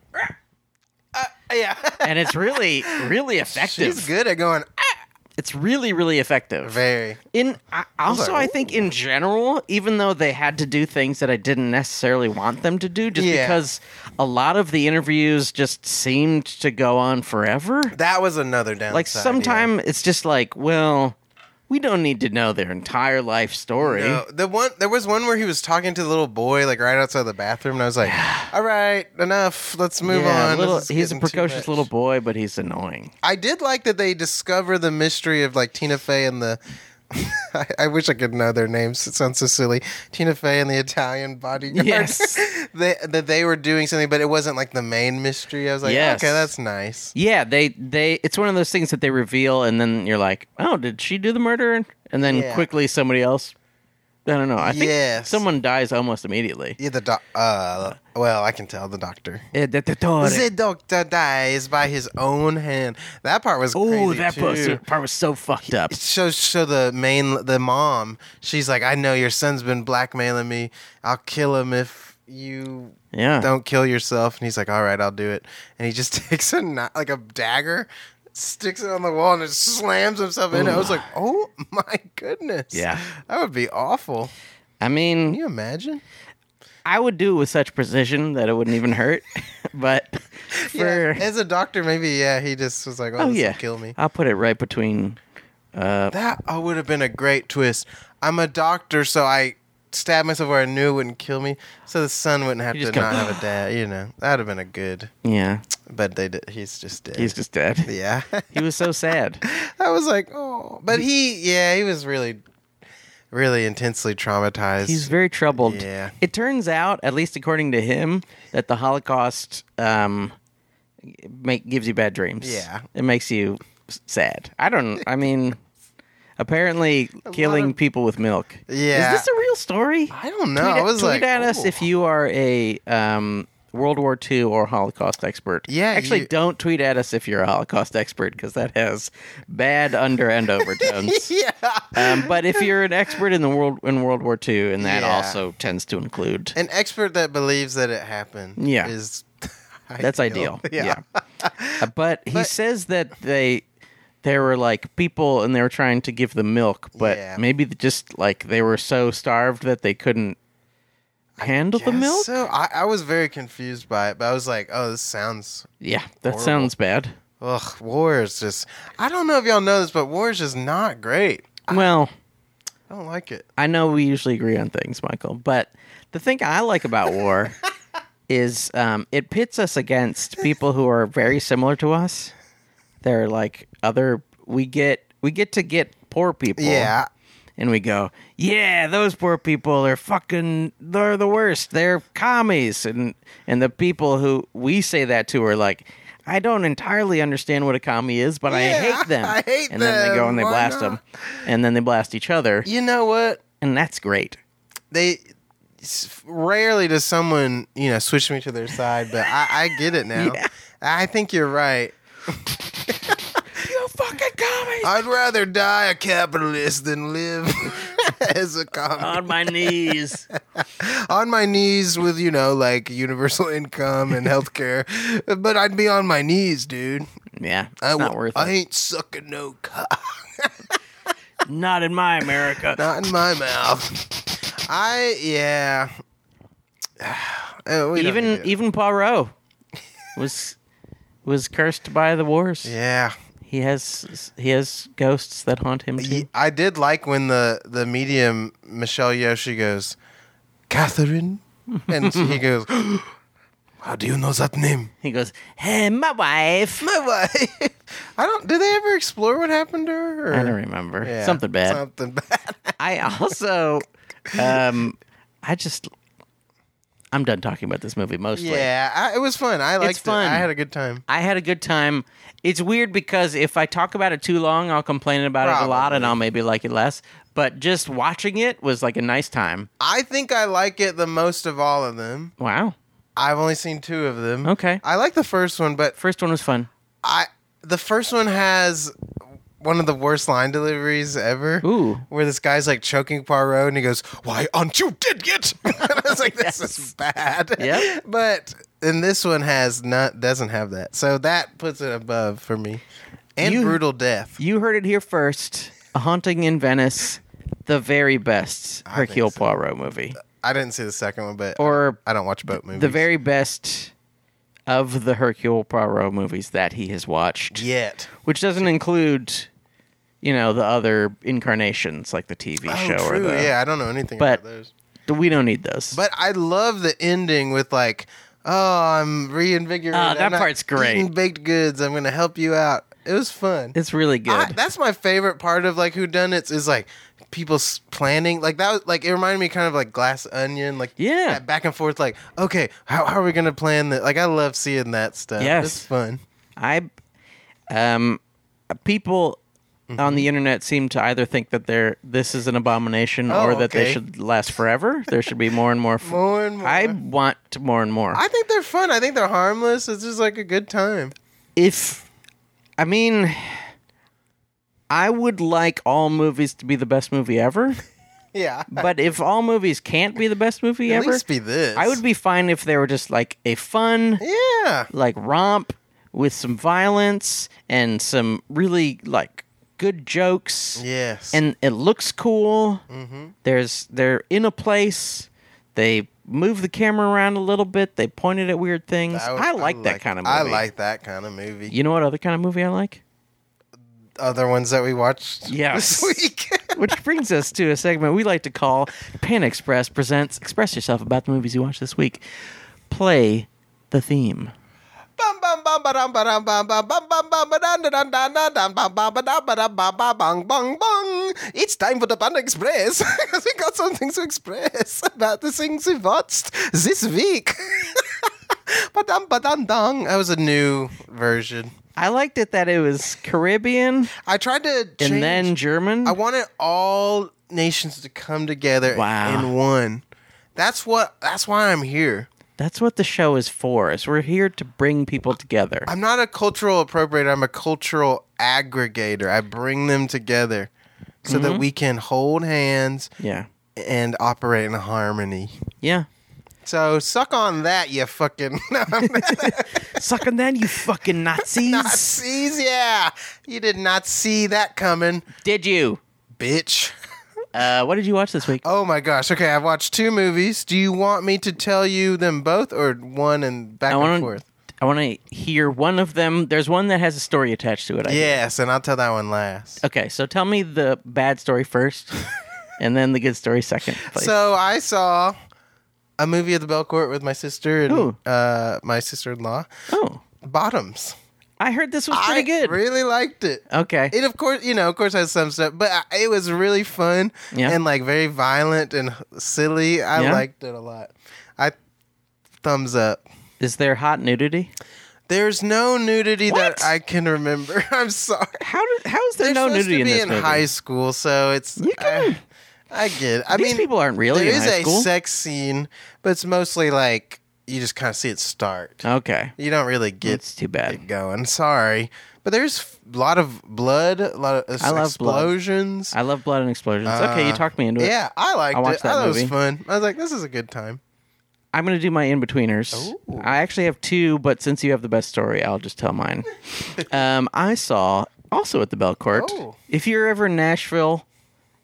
B: yeah.
A: and it's really really effective.
B: She's good at going "Ah,"
A: It's really really effective.
B: very.
A: In I, also, I
B: like,
A: think in general, even though they had to do things that I didn't necessarily want them to do, just
B: Yeah.
A: because a lot of the interviews just seemed to go on forever.
B: That was another downside.
A: Like
B: yeah.
A: sometime it's just like, well, we don't need to know their entire life story.
B: No, the one there was one where he was talking to the little boy like right outside the bathroom, and I was like, "All right, enough. Let's move
A: Yeah,
B: on."
A: little-
B: This is
A: he's a
B: getting too
A: precocious
B: much."
A: little boy, but he's annoying.
B: I did like that they discover the mystery of like Tina Fey and the. I, I wish I could know their names. It sounds so silly. Tina Fey and the Italian bodyguard.
A: Yes.
B: they, that they were doing something, but it wasn't like the main mystery. I was like,
A: Yes.
B: okay, that's nice.
A: Yeah, they they it's one of those things that they reveal, and then you're like, oh, did she do the murder? And then
B: Yeah.
A: quickly somebody else. I don't know. I think
B: Yes.
A: someone dies almost immediately.
B: Yeah, the doc. Uh, well, I can tell the doctor.
A: Eh,
B: The doctor dies by his own hand. That part was
A: Oh,
B: crazy
A: that
B: too.
A: part, part was so fucked up.
B: So, so the main, the mom, she's like, "I know your son's been blackmailing me. I'll kill him if you
A: Yeah.
B: don't kill yourself." And he's like, "All right, I'll do it." And he just takes a kni- like a dagger, sticks it on the wall, and it slams himself in it. I was like, "Oh my goodness!"
A: Yeah.
B: that would be awful.
A: I mean,
B: Can you imagine?
A: I would do it with such precision that it wouldn't even hurt. but for
B: Yeah, as a doctor, maybe yeah, he just was like, "Oh,
A: oh
B: this
A: yeah,
B: will kill me."
A: I'll put it right between.
B: That oh, would have been a great twist. I'm a doctor, so I stabbed myself where I knew it wouldn't kill me, so the son wouldn't have
A: You
B: to
A: just go,
B: not have a dad. You know, that'd have been a good.
A: Yeah,
B: But they did, he's just dead.
A: he's just dead.
B: yeah.
A: He was so sad.
B: I was like, oh, but he, yeah, he was really, really intensely traumatized.
A: He's very troubled.
B: Yeah.
A: It turns out, at least according to him, that the Holocaust um, make gives you bad dreams.
B: Yeah.
A: it makes you s- sad. I don't. I mean, apparently, killing
B: of-
A: people with milk.
B: Yeah.
A: is this a real story?
B: I don't know.
A: Tweet,
B: I was
A: tweet
B: like, oh.
A: at us
B: "Ooh."
A: if you are a um, World War II or Holocaust expert.
B: Yeah,
A: actually,
B: you-
A: don't tweet at us if you're a Holocaust expert because that has bad under and overtones.
B: yeah.
A: um, but if you're an expert in the world in World War II, and that
B: Yeah.
A: also tends to include
B: An expert that believes that it happened.
A: Yeah.
B: Is
A: that's ideal. Yeah, Uh, but he says that they. There were like people, and they were trying to give them milk, but
B: Yeah.
A: maybe just like they were so starved that they couldn't handle the
B: Guess
A: milk.
B: So I, I was very confused by it, but I was like, oh, this sounds
A: Yeah, that sounds bad.
B: Ugh, war is just. I don't know if y'all know this, but war is just not great.
A: Well,
B: I don't like it.
A: I know we usually agree on things, Michael, but the thing I like about war is um, it pits us against people who are very similar to us. They're like other. We get we get to get poor people.
B: Yeah.
A: and we go, yeah, those poor people are fucking. They're the worst. They're commies, and and the people who we say that to are like. I don't entirely understand what a commie is, but I
B: Yeah,
A: hate them.
B: I hate
A: and then they go
B: them.
A: and they
B: Why
A: blast
B: not?
A: them, and then they blast each other
B: You know what?
A: and that's great.
B: They s- rarely does someone you know switch me to their side, but I, I get it now.
A: Yeah.
B: I think you're right.
A: You fucking commies!
B: I'd rather die a capitalist than live as a commie.
A: On my knees.
B: on my knees with, you know, like universal income and healthcare. but I'd be on my knees, dude.
A: Yeah, it's
B: I,
A: not
B: w-
A: worth
B: I
A: it.
B: ain't sucking no cock.
A: Not in my America.
B: Not in my mouth. I, yeah. Uh, we don't need
A: even e-
B: to-
A: even Poirot was was cursed by the wars.
B: Yeah.
A: He has he has ghosts that haunt him too.
B: Ye- I did like when the the medium Michelle Yoshi goes, Catherine, and he goes, How do you know that name?
A: He goes, "Hey, my wife."
B: My wife. I don't. Do they ever explore what happened to her? or-
A: I don't remember
B: Yeah,
A: something bad.
B: Something bad.
A: I also, um, I just, I'm done talking about this movie mostly.
B: yeah, I, it was fun. I liked
A: fun.
B: it. I had a good time.
A: I had a good time. It's weird because if I talk about it too long, I'll complain about it a lot, and I'll maybe like it less. But just watching it was like a nice time.
B: I think I like it the most of all of them.
A: Wow.
B: I've only seen two of them.
A: Okay.
B: I like the first one, but
A: First one was fun.
B: I the first one has one of the worst line deliveries ever.
A: Ooh.
B: Where this guy's like choking Poirot and he goes, Why aren't you dead yet? and I was like, This is bad.
A: Yep.
B: But and this one has not doesn't have that. So that puts it above for me. And
A: You-
B: brutal death.
A: You heard it here first. A Haunting in Venice, the very best
B: think
A: Hercule
B: so.
A: Poirot movie,
B: I didn't see the second one, but
A: or
B: I don't watch boat movies.
A: the very best of the Hercule Poirot movies that he has watched.
B: yet.
A: which doesn't include you know the other incarnations like the tv
B: Oh,
A: show or
B: true.
A: the
B: Yeah, I don't know anything
A: But-
B: about those.
A: th- we don't need those
B: But I love the ending with like, oh, I'm reinvigorated.
A: Ah, that
B: I'm not
A: part's great.
B: Eating baked goods. I'm gonna help you out. It was fun.
A: it's really good
B: I- that's my favorite part of like whodunits is like people s- planning like that. Was, like it reminded me kind of like Glass Onion. Like
A: Yeah.
B: that back and forth. Like okay, how, how are we gonna plan that? Like I love seeing that stuff.
A: Yes.
B: it's fun.
A: I, um, people
B: Mm-hmm.
A: on the internet seem to either think that they're this is an abomination
B: Oh,
A: or that
B: okay.
A: they should last forever there should be more and more, f-
B: More and more.
A: i
B: I,
A: want more and more
B: think they're fun. I think they're harmless. It's just like a good time.
A: if i mean i would like all movies to be the best movie ever
B: Yeah.
A: but if all movies can't be the best movie
B: At
A: ever
B: least be this.
A: I would be fine if they were just like a fun
B: Yeah.
A: like romp with some violence and some really like good jokes.
B: Yes. Mm-hmm.
A: And it looks cool. There's they're in a place. They move the camera around a little bit. They point it at weird things.
B: would-
A: I, like that kind of movie.
B: I like that kind of movie.
A: You know what other kind of movie I like?
B: Other ones that we watched
A: Yes.
B: this week.
A: Which brings us to a segment we like to call Pan Express presents Express Yourself about the movies you watched this week. Play the theme.
B: Bum, bum, bum, ba-dum, ba-dum, bum, bum, bum, bum, bum, ba-dum, da-dum, da-dum, da-dum, bum, bum, ba-dum, ba-dum, ba, ba, bung, bung, bung. It's time for the Panda Express. we got something to express about the things we watched this week. Ba-dum, ba-dum, dung. That was a new version.
A: I liked it that it was Caribbean
B: I tried to change.
A: and then German.
B: I wanted all nations to come together
A: Wow.
B: in one. That's what. That's why I'm here.
A: That's what the show is for. Is we're here to bring people together.
B: I'm not a cultural appropriator. I'm a cultural aggregator. I bring them together so
A: Mm-hmm.
B: that we can hold hands
A: yeah,
B: and operate in harmony.
A: yeah.
B: So suck on that, you fucking
A: Suck on that, you fucking Nazis!
B: Nazis. Yeah, you did not see that coming,
A: Did you?
B: bitch.
A: Uh, what did you watch this week?
B: Oh my gosh. Okay, I've watched two movies. Do you want me to tell you them both or one and back
A: I
B: and
A: want
B: forth?
A: to. I want to hear one of them. There's one that has a story attached to it. I think.
B: Yes, and I'll tell that one last.
A: Okay, so tell me the bad story first, and then the good story second. Please.
B: So I saw a movie at the Belcourt with my sister and
A: Ooh.
B: uh, my sister-in-law.
A: oh,
B: Bottoms.
A: I heard this was pretty
B: I
A: good.
B: Really liked it.
A: okay.
B: It of course, you know, of course, has some stuff, but I, it was really fun
A: Yeah.
B: and like very violent and silly. I
A: Yeah.
B: liked it a lot. I thumbs up.
A: is there hot nudity?
B: There's no nudity
A: What?
B: that I can remember. I'm sorry.
A: How do, how is there
B: They're
A: no
B: supposed
A: nudity
B: to be
A: in this
B: in
A: movie?
B: high school, so it's
A: You can-
B: I, I get. It. I
A: These
B: mean,
A: people aren't really
B: There
A: in
B: is
A: high
B: a
A: school.
B: sex scene, but it's mostly like you just kind of see it start.
A: Okay.
B: You don't really get
A: It's too bad.
B: it going. Sorry, but there's f- a lot of blood, a lot of
A: I love blood.
B: explosions.
A: I love blood and explosions. okay, you talked me into it.
B: Uh, yeah, I liked
A: I watched
B: it. I
A: that
B: thought it
A: movie.
B: was fun. I was like, this is a good time.
A: I'm going to do my in betweeners.
B: Ooh.
A: I actually have two, but since you have the best story, I'll just tell mine. um, I saw also at the Belcourt.
B: Oh.
A: If you're ever in Nashville,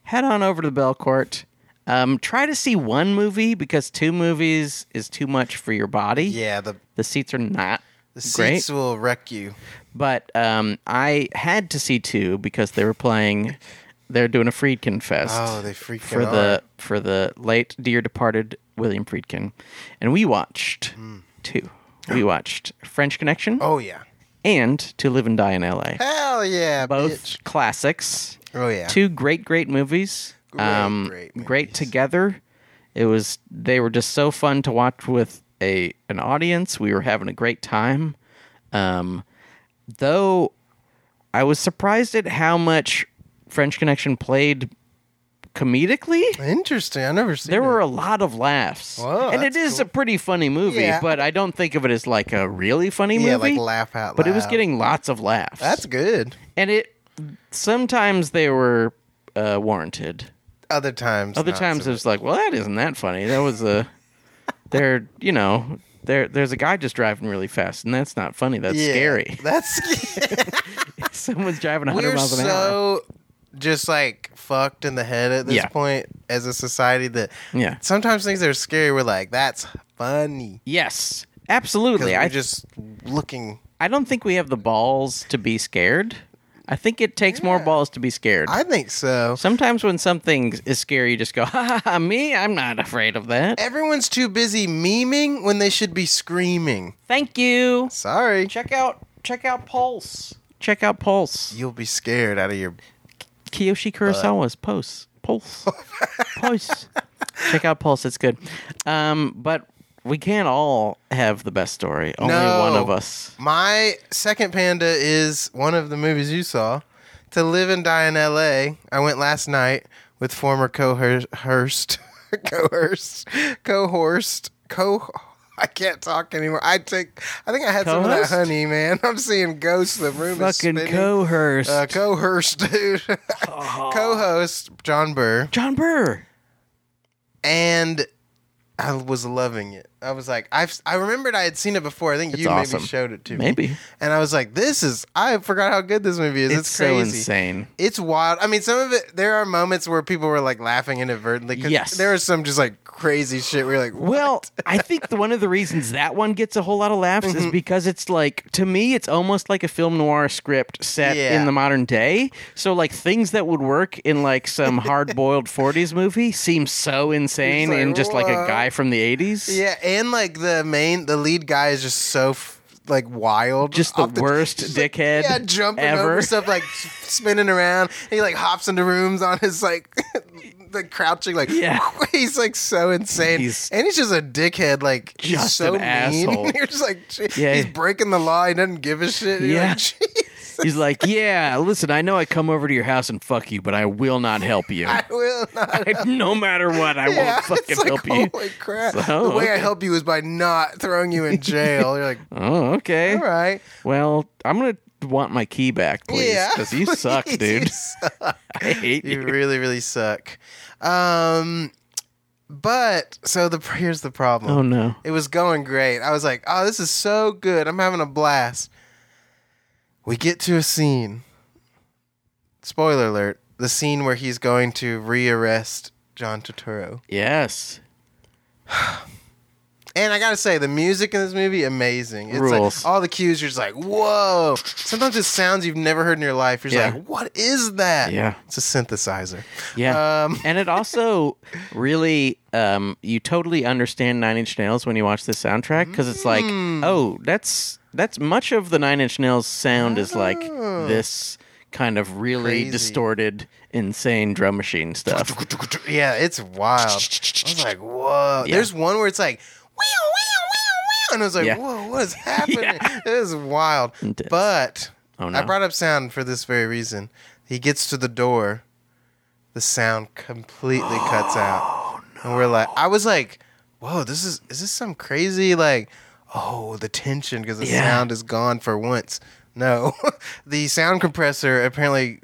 A: head on over to the Belcourt. Um, try to see one movie because two movies is too much for your body.
B: Yeah, the
A: The seats are not
B: the
A: great.
B: seats will wreck you.
A: But um, I had to see two because they were playing. They're doing a Friedkin fest
B: Oh, they freaking
A: for the for the late dear departed William Friedkin, and we watched two. We watched French Connection
B: Hmm. Oh yeah,
A: and To Live and Die in L.A.
B: hell yeah,
A: Both
B: bitch.
A: classics.
B: Oh yeah,
A: Two great, great movies. Um,
B: Great, great movies.
A: great together. It was. They were just so fun to watch with a an audience. We were having a great time. Um, though, I was surprised at how much French Connection played comedically.
B: Interesting. I never seen.
A: There
B: it.
A: were a lot of laughs,
B: Whoa,
A: and it
B: that's
A: is a pretty funny movie.
B: Yeah.
A: But I don't think of it as like a really funny
B: yeah,
A: movie.
B: like laugh out.
A: but it was
B: loud.
A: getting lots of laughs.
B: that's good.
A: and it sometimes they were uh, warranted.
B: Other times,
A: Other
B: not
A: times
B: so
A: it was like, well, that isn't that funny. That was a there, you know, there there's a guy just driving really fast, and that's not funny. That's
B: Yeah,
A: scary.
B: That's scary.
A: Someone's driving 100
B: we're
A: miles an hour.
B: so just like fucked in the head at this
A: Yeah.
B: point as a society that
A: Yeah.
B: sometimes things that are scary. We're like, that's funny
A: Yes,
B: because
A: absolutely.
B: we're
A: I
B: just looking.
A: I don't think we have the balls to be scared. I think it takes more balls to be scared.
B: I think so.
A: Sometimes when something is scary, you just go, ha ha ha, me? I'm not afraid of that.
B: Everyone's too busy memeing when they should be screaming.
A: Thank you.
B: Sorry,
A: Check out check out Pulse. Check out Pulse.
B: you'll be scared out of your.
A: Kiyoshi Kurosawa's Pulse. Pulse. Pulse. Check out Pulse. It's good. Um, but we can't all have the best story. Only
B: No.
A: one of us.
B: My second panda is one of the movies you saw, To Live and Die in L.A. I went last night with former co-host, co-host, co-host, co. I can't talk anymore. I take. I think I had some of that
A: Co-host?
B: honey, man. I'm seeing ghosts. The room is
A: Fucking
B: spinning.
A: coerced. Uh-huh.
B: Uh, co-host, dude. co-host John Burr,
A: John Burr.
B: and I was loving it. I was like, I've. I remembered I had seen it before. I think you
A: awesome.
B: maybe showed it to me.
A: Maybe.
B: And I was like, this is, I forgot how good this movie is. It's,
A: It's so
B: crazy.
A: insane.
B: It's wild. I mean, some of it, there are moments where people were like laughing inadvertently. 'cause
A: Yes.
B: There was some just like crazy shit where you're like,
A: Well, I think the, one of the reasons that one gets a whole lot of laughs
B: Mm-hmm.
A: is because it's like to me, it's almost like a film noir script set
B: Yeah.
A: in the modern day. So like things that would work in like some hard boiled '40s movie seem so insane
B: like,
A: in just like a
B: "Whoa."
A: guy from the '80s.
B: yeah. And like the main, the lead guy is just so f- like wild.
A: Just the
B: off
A: worst
B: just, like,
A: dickhead
B: Yeah, jumping
A: ever.
B: over stuff, like spinning around. He like hops into rooms on his like, like crouching, like,
A: Yeah.
B: he's like so insane.
A: He's-
B: and he's just a dickhead, like, he's
A: Just
B: so
A: an
B: mean.
A: asshole.
B: you're just like, "Gee,"
A: Yeah.
B: he's breaking the law. He doesn't give a shit. You're
A: Yeah.
B: like, "Jeez."
A: He's like, yeah, listen, I know I come over to your house and fuck you, but I will not help you.
B: I will not.
A: no matter what, I
B: Yeah,
A: won't fucking
B: it's like, "Oh."
A: help you.
B: Holy crap!
A: So,
B: the way I
A: okay.
B: help you is by not throwing you in jail. You're like,
A: Oh, okay.
B: all right,
A: Well, I'm gonna want my key back, please,
B: yeah,
A: because you suck,
B: please,
A: dude.
B: You, suck.
A: I hate you.
B: You really, really suck. Um, but so the here's the problem.
A: Oh no.
B: It was going great. I was like, oh, this is so good. I'm having a blast. We get to a scene. Spoiler alert the scene where he's going to rearrest John Turturro.
A: Yes.
B: And I gotta say, the music in this movie amazing. It's like,
A: Rules.
B: all the cues. You're just like, whoa. Sometimes it's sounds you've never heard in your life. You're just
A: Yeah.
B: like, what is that?
A: Yeah.
B: it's a synthesizer.
A: Yeah.
B: Um,
A: and it also really, um, you totally understand Nine Inch Nails when you watch the soundtrack because it's like,
B: Hmm.
A: oh, that's that's much of the Nine Inch Nails sound is like this kind of really
B: Oh. Crazy.
A: distorted, insane drum machine stuff.
B: Yeah, it's wild. I was like, whoa. There's one where it's like, wheel, wheel, wheel, wheel. And I was like,
A: Yeah.
B: whoa, what is happening? It is wild.
A: Intense.
B: But
A: Oh,
B: I
A: no.
B: brought up sound for this very reason. He gets to the door,
A: Oh,
B: the sound completely cuts out. And we're like, I was like, whoa, this is is this some crazy like, oh, the tension because the
A: Yeah.
B: sound is gone for once. No, the sound compressor apparently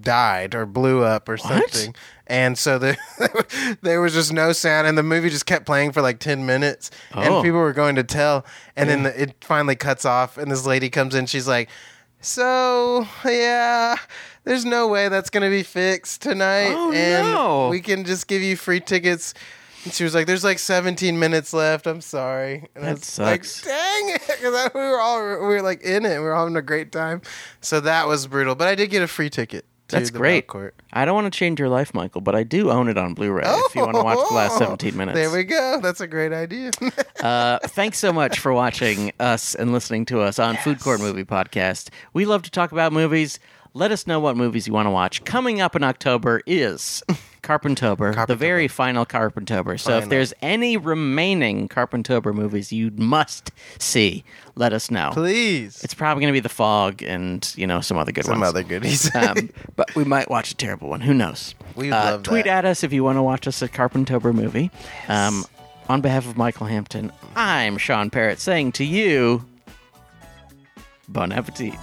B: died or blew up or something, and so the, there was just no sound, and the movie just kept playing for like ten minutes,
A: Oh. Mm.
B: and people were going to tell, and then the, it finally cuts off, and this lady comes in, she's like. So yeah, there's no way that's gonna be fixed tonight,
A: Oh,
B: and
A: no.
B: we can just give you free tickets. And she was like, "There's like 17 minutes left. I'm sorry." And I
A: That
B: was
A: sucks.
B: Like, Dang it! Because we were all we were like in it. We were having a great time. So that was brutal. But I did get a free ticket. To
A: That's
B: the
A: great.
B: Wild Court.
A: I don't want to change your life, Michael, but I do own it on Blu-ray. if you want to watch the last seventeen minutes,
B: Oh, There we go. That's a great idea.
A: Uh, thanks so much for watching us and listening to us on Food Court Movie Podcast. We love to talk about movies. Let us know what movies you want to watch. Coming up in October is Carpentober, the very final Carpentober. So if
B: Final.
A: there's any remaining Carpentober movies you must see, let us know.
B: Please.
A: It's probably going to be The Fog and, you know, some other good
B: Some
A: ones.
B: other goodies.
A: um, but we might watch a terrible one. Who knows?
B: We
A: uh,
B: love
A: Tweet
B: that.
A: at us if you want to watch us a Carpentober movie. Um, on behalf of Michael Hampton, I'm Sean Parrott saying to you, Bon Appetit.